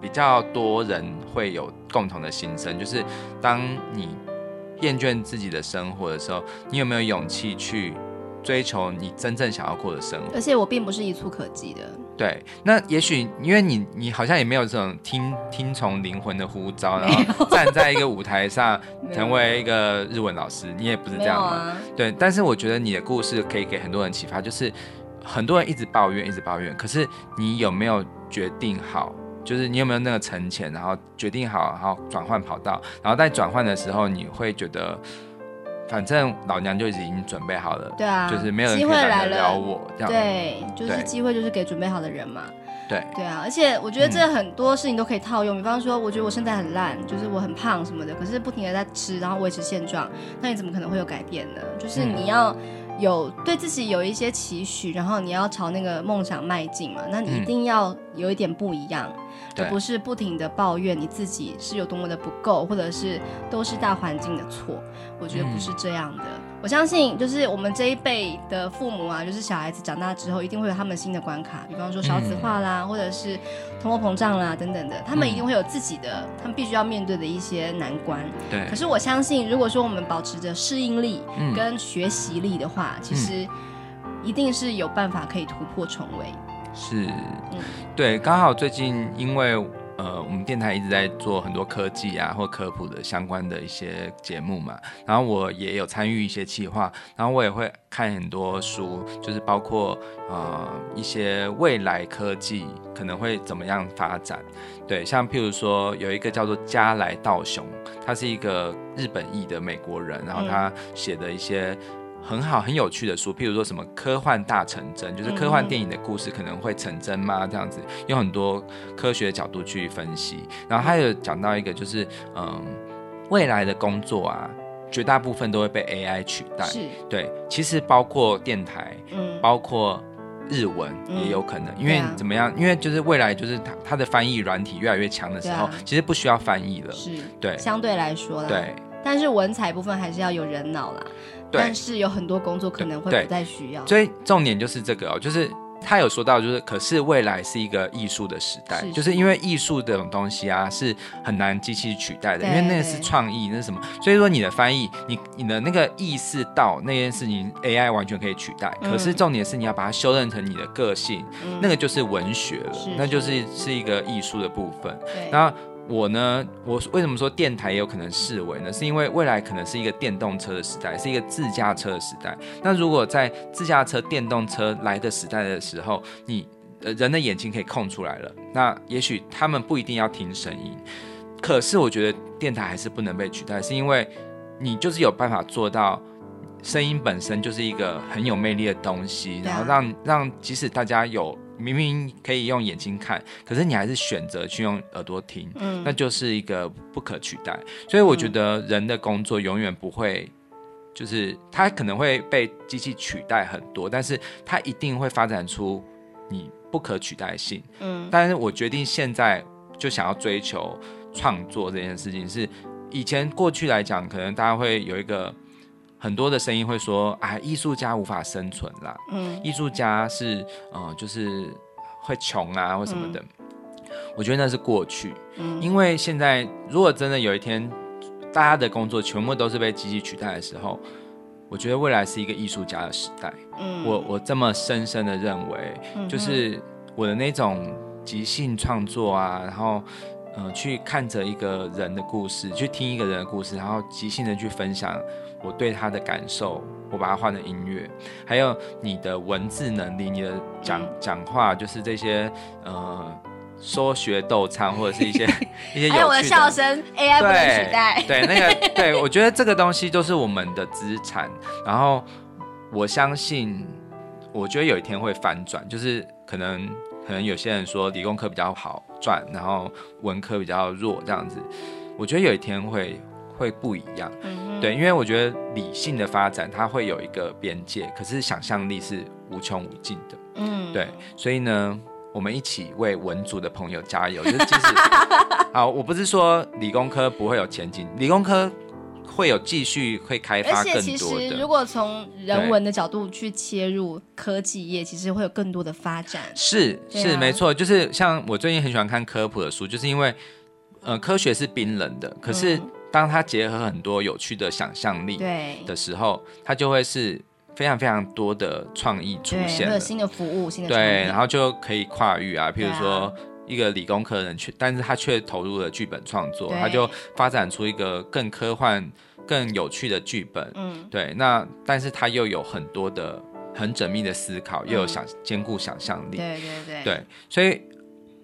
Speaker 2: 比较多人会有共同的心声，就是当你厌倦自己的生活的时候，你有没有勇气去追求你真正想要过的生活？
Speaker 1: 而且我并不是一触可及的，
Speaker 2: 对，那也许因为你，你好像也没有这种听听从灵魂的呼召，然后站在一个舞台上成为一个日文老师，你也不是这
Speaker 1: 没有
Speaker 2: 样嘛。
Speaker 1: 啊，
Speaker 2: 对，但是我觉得你的故事可以给很多人启发，就是很多人一直抱怨，一直抱怨，可是你有没有决定好？就是你有没有那个沉潜，然后决定好，然后转换跑道，然后在转换的时候，你会觉得，反正老娘就已经准备好了，
Speaker 1: 对啊，
Speaker 2: 就是没有人
Speaker 1: 机
Speaker 2: 可以
Speaker 1: 会来
Speaker 2: 拦得
Speaker 1: 了，
Speaker 2: 了我，这样
Speaker 1: 对，就是
Speaker 2: 对
Speaker 1: 机会就是给准备好的人嘛。
Speaker 2: 对嗯
Speaker 1: 对啊，而且我觉得这很多事情都可以套用，比方说，我觉得我身材很烂，就是我很胖什么的，可是不停的在吃，然后维持现状，那你怎么可能会有改变呢？就是
Speaker 2: 嗯
Speaker 1: 你要有对自己有一些期许，然后你要朝那个梦想迈进嘛，那你一
Speaker 2: 嗯
Speaker 1: 定要有一点不一样，而
Speaker 2: 对
Speaker 1: 不是不停的抱怨你自己是有多么的不够，或者是都是大环境的错。我觉得不是
Speaker 2: 嗯
Speaker 1: 这样的。我相信，就是我们这一辈的父母啊，就是小孩子长大之后，一定会有他们新的关卡，比方说少子化啦，或者是通货膨胀啦等等的，他们
Speaker 2: 嗯
Speaker 1: 一定会有自己的，他们必须要面对的一些难关。
Speaker 2: 对
Speaker 1: 可，是我相信，如果说我们保持着适应力
Speaker 2: 嗯，
Speaker 1: 跟学习力的话，其实一定是有办法可以突破重围。
Speaker 2: 是，对，刚好最近因为呃，我们电台一直在做很多科技啊或科普的相关的一些节目嘛，然后我也有参与一些企划，然后我也会看很多书，就是包括呃一些未来科技可能会怎么样发展，对，像譬如说有一个叫做加来道雄，他是一个日本裔的美国人，然后他写的一些。很好，很有趣的书，譬如说什么科幻大成真，就是科幻
Speaker 1: 嗯
Speaker 2: 电影的故事可能会成真吗？这样子，用很多科学的角度去分析。然后他有讲到一个，就是嗯，未来的工作啊，绝大部分都会被 AI 取代。
Speaker 1: 是，
Speaker 2: 对，其实包括电台，
Speaker 1: 嗯，
Speaker 2: 包括日文也有可能，因为
Speaker 1: 对啊
Speaker 2: 怎么样？因为就是未来就是它它的翻译软体越来越强的时候，
Speaker 1: 对啊
Speaker 2: 其实不需要翻译了。
Speaker 1: 是，
Speaker 2: 对
Speaker 1: 相对来说啦，
Speaker 2: 对
Speaker 1: 但是文采部分还是要有人脑啦。
Speaker 2: 对
Speaker 1: 但，是有很多工作可能会
Speaker 2: 对
Speaker 1: 不太需要。
Speaker 2: 所以重点就是这个哦，就是他有说到，就是可是未来是一个艺术的时代，
Speaker 1: 是
Speaker 2: 就是因为艺术这种东西啊是很难机器取代的，
Speaker 1: 对
Speaker 2: 因为那个是创意，那是什么？所以说你的翻译，你你的那个意识到那件事情 AI 完全可以取代，
Speaker 1: 嗯
Speaker 2: 可是重点是你要把它修正成你的个性，
Speaker 1: 嗯
Speaker 2: 那个就是文学了
Speaker 1: 是，
Speaker 2: 那就是是一个艺术的部分。
Speaker 1: 对，
Speaker 2: 那我呢？我为什么说电台也有可能视为呢？是因为未来可能是一个电动车的时代，是一个自驾车的时代。那如果在自驾车、电动车来的时代的时候，你呃人的眼睛可以空出来了，那也许他们不一定要听声音，可是我觉得电台还是不能被取代，是因为你就是有办法做到。声音本身就是一个很有魅力的东西，
Speaker 1: 对啊
Speaker 2: 然后让让即使大家有明明可以用眼睛看，可是你还是选择去用耳朵听，
Speaker 1: 嗯
Speaker 2: 那就是一个不可取代。所以我觉得人的工作永远不会，就是它可能会被机器取代很多，但是它一定会发展出你不可取代性。
Speaker 1: 嗯
Speaker 2: 但是我决定现在就想要追求创作这件事情是，以前过去来讲，可能大家会有一个很多的声音会说啊，艺术家无法生存啦，
Speaker 1: 嗯
Speaker 2: 艺术家是呃，就是会穷啊或什么的。我觉得那是过去，
Speaker 1: 嗯
Speaker 2: 因为现在如果真的有一天大家的工作全部都是被机器取代的时候，我觉得未来是一个艺术家的时代。
Speaker 1: 嗯
Speaker 2: 我我这么深深的认为，
Speaker 1: 嗯
Speaker 2: 就是我的那种即兴创作啊，然后呃去看着一个人的故事，去听一个人的故事，然后即兴的去分享我对他的感受，我把它换成音乐，还有你的文字能力，你的讲
Speaker 1: 嗯
Speaker 2: 讲话，就是这些呃说学逗唱或者是一
Speaker 1: [laughs]
Speaker 2: 些一些有
Speaker 1: 还嗯
Speaker 2: 趣
Speaker 1: 哎有我的笑声 AI 不能
Speaker 2: 对
Speaker 1: 取代。
Speaker 2: 对，
Speaker 1: [laughs]
Speaker 2: 那个对，我觉得这个东西都是我们的资产。然后我相信，我觉得有一天会反转，就是可能可能有些人说理工科比较好赚，然后文科比较弱这样子。我觉得有一天会会不一样。
Speaker 1: 嗯，
Speaker 2: 对，，因为我觉得理性的发展它会有一个边界，可是想象力是无穷无尽的。
Speaker 1: 嗯，
Speaker 2: 对，所以呢，我们一起为文组的朋友加油。就是
Speaker 1: [laughs]
Speaker 2: 即使好，我不是说理工科不会有前景，理工科会有继续会开
Speaker 1: 而
Speaker 2: 发
Speaker 1: 且
Speaker 2: 更
Speaker 1: 其
Speaker 2: 多
Speaker 1: 实，如
Speaker 2: 的。
Speaker 1: 果从人文的角度去切入科技业，其实会有更多的发展。
Speaker 2: 是
Speaker 1: 对
Speaker 2: 是、
Speaker 1: 啊
Speaker 2: 没错，就是像我最近很喜欢看科普的书，就是因为呃科学是冰冷的，可是
Speaker 1: 嗯
Speaker 2: 当它结合很多有趣的想象力
Speaker 1: 对，
Speaker 2: 的时候，它就会是非常非常多的创意出
Speaker 1: 对，
Speaker 2: 现
Speaker 1: 会
Speaker 2: 了
Speaker 1: 有。新的服务，新的产
Speaker 2: 对，
Speaker 1: 品
Speaker 2: 然后就可以跨域啊，譬
Speaker 1: 对
Speaker 2: 如
Speaker 1: 啊
Speaker 2: 说一个理工科人去，但是他却投入了剧本创作，
Speaker 1: 对
Speaker 2: 他就发展出一个更科幻、更有趣的剧本。
Speaker 1: 嗯，
Speaker 2: 对，那但是他又有很多的很缜密的思考，又有想兼顾想象力。
Speaker 1: 嗯对对对，
Speaker 2: 对，所以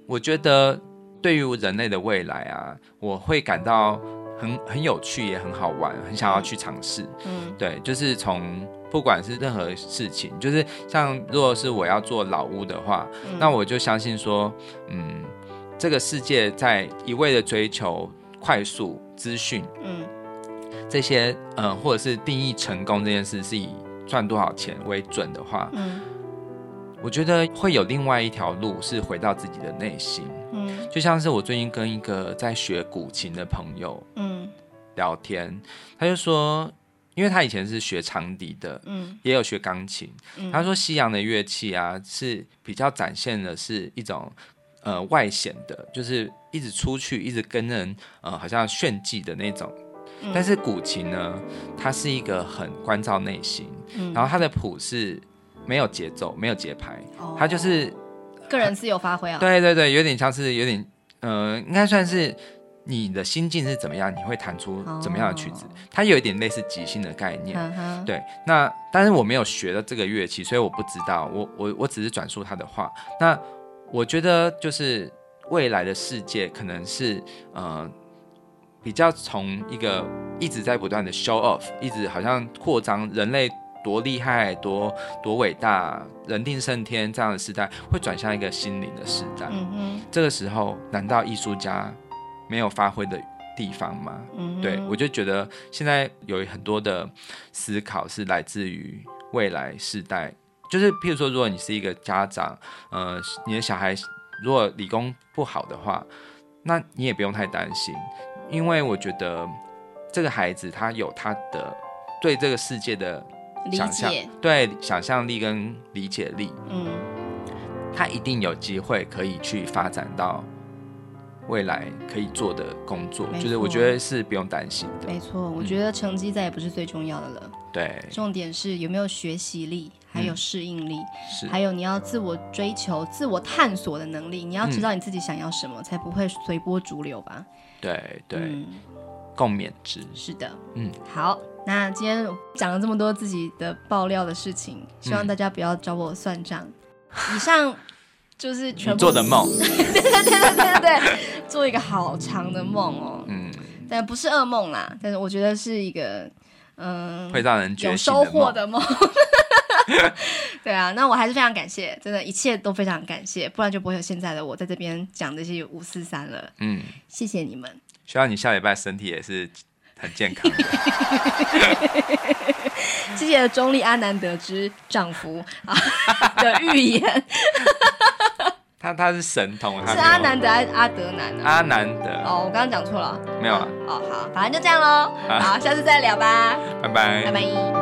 Speaker 2: 我觉得对于人类的未来啊，我会感到很很有趣，也很好玩，很想要去尝试。
Speaker 1: 嗯
Speaker 2: 对，就是从不管是任何事情，就是像如果是我要做老屋的话，
Speaker 1: 嗯
Speaker 2: 那我就相信说，嗯，这个世界在一味的追求快速资讯
Speaker 1: 嗯
Speaker 2: 这些，呃，或者是定义成功这件事是以赚多少钱为准的话，
Speaker 1: 嗯
Speaker 2: 我觉得会有另外一条路是回到自己的内心。
Speaker 1: 嗯
Speaker 2: 就像是我最近跟一个在学古琴的朋友
Speaker 1: 嗯
Speaker 2: 聊天，他就说，因为他以前是学长笛的，
Speaker 1: 嗯
Speaker 2: 也有学钢琴。
Speaker 1: 嗯
Speaker 2: 他说西洋的乐器啊，是比较展现的是一种呃外显的，就是一直出去，一直跟人呃好像炫技的那种。
Speaker 1: 嗯
Speaker 2: 但是古琴呢，它是一个很关照内心，
Speaker 1: 嗯
Speaker 2: 然后它的谱是没有节奏、没有节拍，
Speaker 1: 哦
Speaker 2: 它就是
Speaker 1: 个人自由发挥啊，
Speaker 2: 对对对，有点像是有点呃，应该算是。你的心境是怎么样，你会弹出怎么样的曲子？
Speaker 1: 哦
Speaker 2: 它有一点类似即兴的概念，
Speaker 1: 嗯哼，
Speaker 2: 对，那但是我没有学到这个乐器，所以我不知道，我我我只是转述他的话。那我觉得就是未来的世界可能是呃比较从一个一直在不断的 show off，一直好像扩张人类多厉害、多多伟大、人定胜天这样的时代，会转向一个心灵的时代。
Speaker 1: 嗯哼，
Speaker 2: 这个时候，难道艺术家没有发挥的地方吗？
Speaker 1: 嗯哼，
Speaker 2: 对，我就觉得现在有很多的思考是来自于未来世代，就是譬如说，如果你是一个家长，呃，你的小孩如果理工不好的话，那你也不用太担心，因为我觉得这个孩子他有他的对这个世界的
Speaker 1: 理
Speaker 2: 想象
Speaker 1: 解，，
Speaker 2: 对想象力跟理解力，
Speaker 1: 嗯
Speaker 2: 他一定有机会可以去发展到。未来可以做的工作，
Speaker 1: 没
Speaker 2: 就是我
Speaker 1: 错
Speaker 2: 觉得是不用担心的。
Speaker 1: 没错，我觉得成绩再也不是最重要的了，
Speaker 2: 嗯对，
Speaker 1: 重点是有没有学习力，还有
Speaker 2: 嗯
Speaker 1: 适应力，
Speaker 2: 是
Speaker 1: 还有你要自我追求、自我探索的能力，你要知
Speaker 2: 嗯
Speaker 1: 道你自己想要什么，才不会随波逐流吧。
Speaker 2: 对对，
Speaker 1: 嗯，
Speaker 2: 共勉之。
Speaker 1: 是的，
Speaker 2: 嗯，
Speaker 1: 好。那今天讲了这么多自己的爆料的事情，希
Speaker 2: 嗯
Speaker 1: 望大家不要找我算账。以上就是全
Speaker 2: 你
Speaker 1: 部
Speaker 2: 做的，梦，
Speaker 1: 对对对对 [laughs] 对，做一个好长的梦哦， [laughs]
Speaker 2: 嗯，
Speaker 1: 但不是噩梦啦，但是我觉得是一个嗯、
Speaker 2: 会让人觉
Speaker 1: 有
Speaker 2: 醒
Speaker 1: 收获
Speaker 2: 梦。
Speaker 1: 的梦。 [laughs] 对啊，那我还是非常感谢，真的，一切都非常感谢，不然就不会有现在的我在这边讲这些五四三了。
Speaker 2: 嗯，
Speaker 1: 谢谢你们，
Speaker 2: 希望你下礼拜身体也是很
Speaker 1: [laughs]
Speaker 2: 健康。
Speaker 1: 谢谢中立阿南得知丈夫啊的预言，
Speaker 2: 他他是神童， [laughs] 他
Speaker 1: 是
Speaker 2: 没有哦
Speaker 1: 阿南的阿阿德南啊。
Speaker 2: 阿南的，
Speaker 1: 哦，我刚刚讲错了，
Speaker 2: 没有啊，
Speaker 1: 哦，好，反正就这样喽。
Speaker 2: [laughs] 好哎
Speaker 1: 好，下次再聊吧，
Speaker 2: 拜
Speaker 1: 拜。
Speaker 2: 拜
Speaker 1: 拜。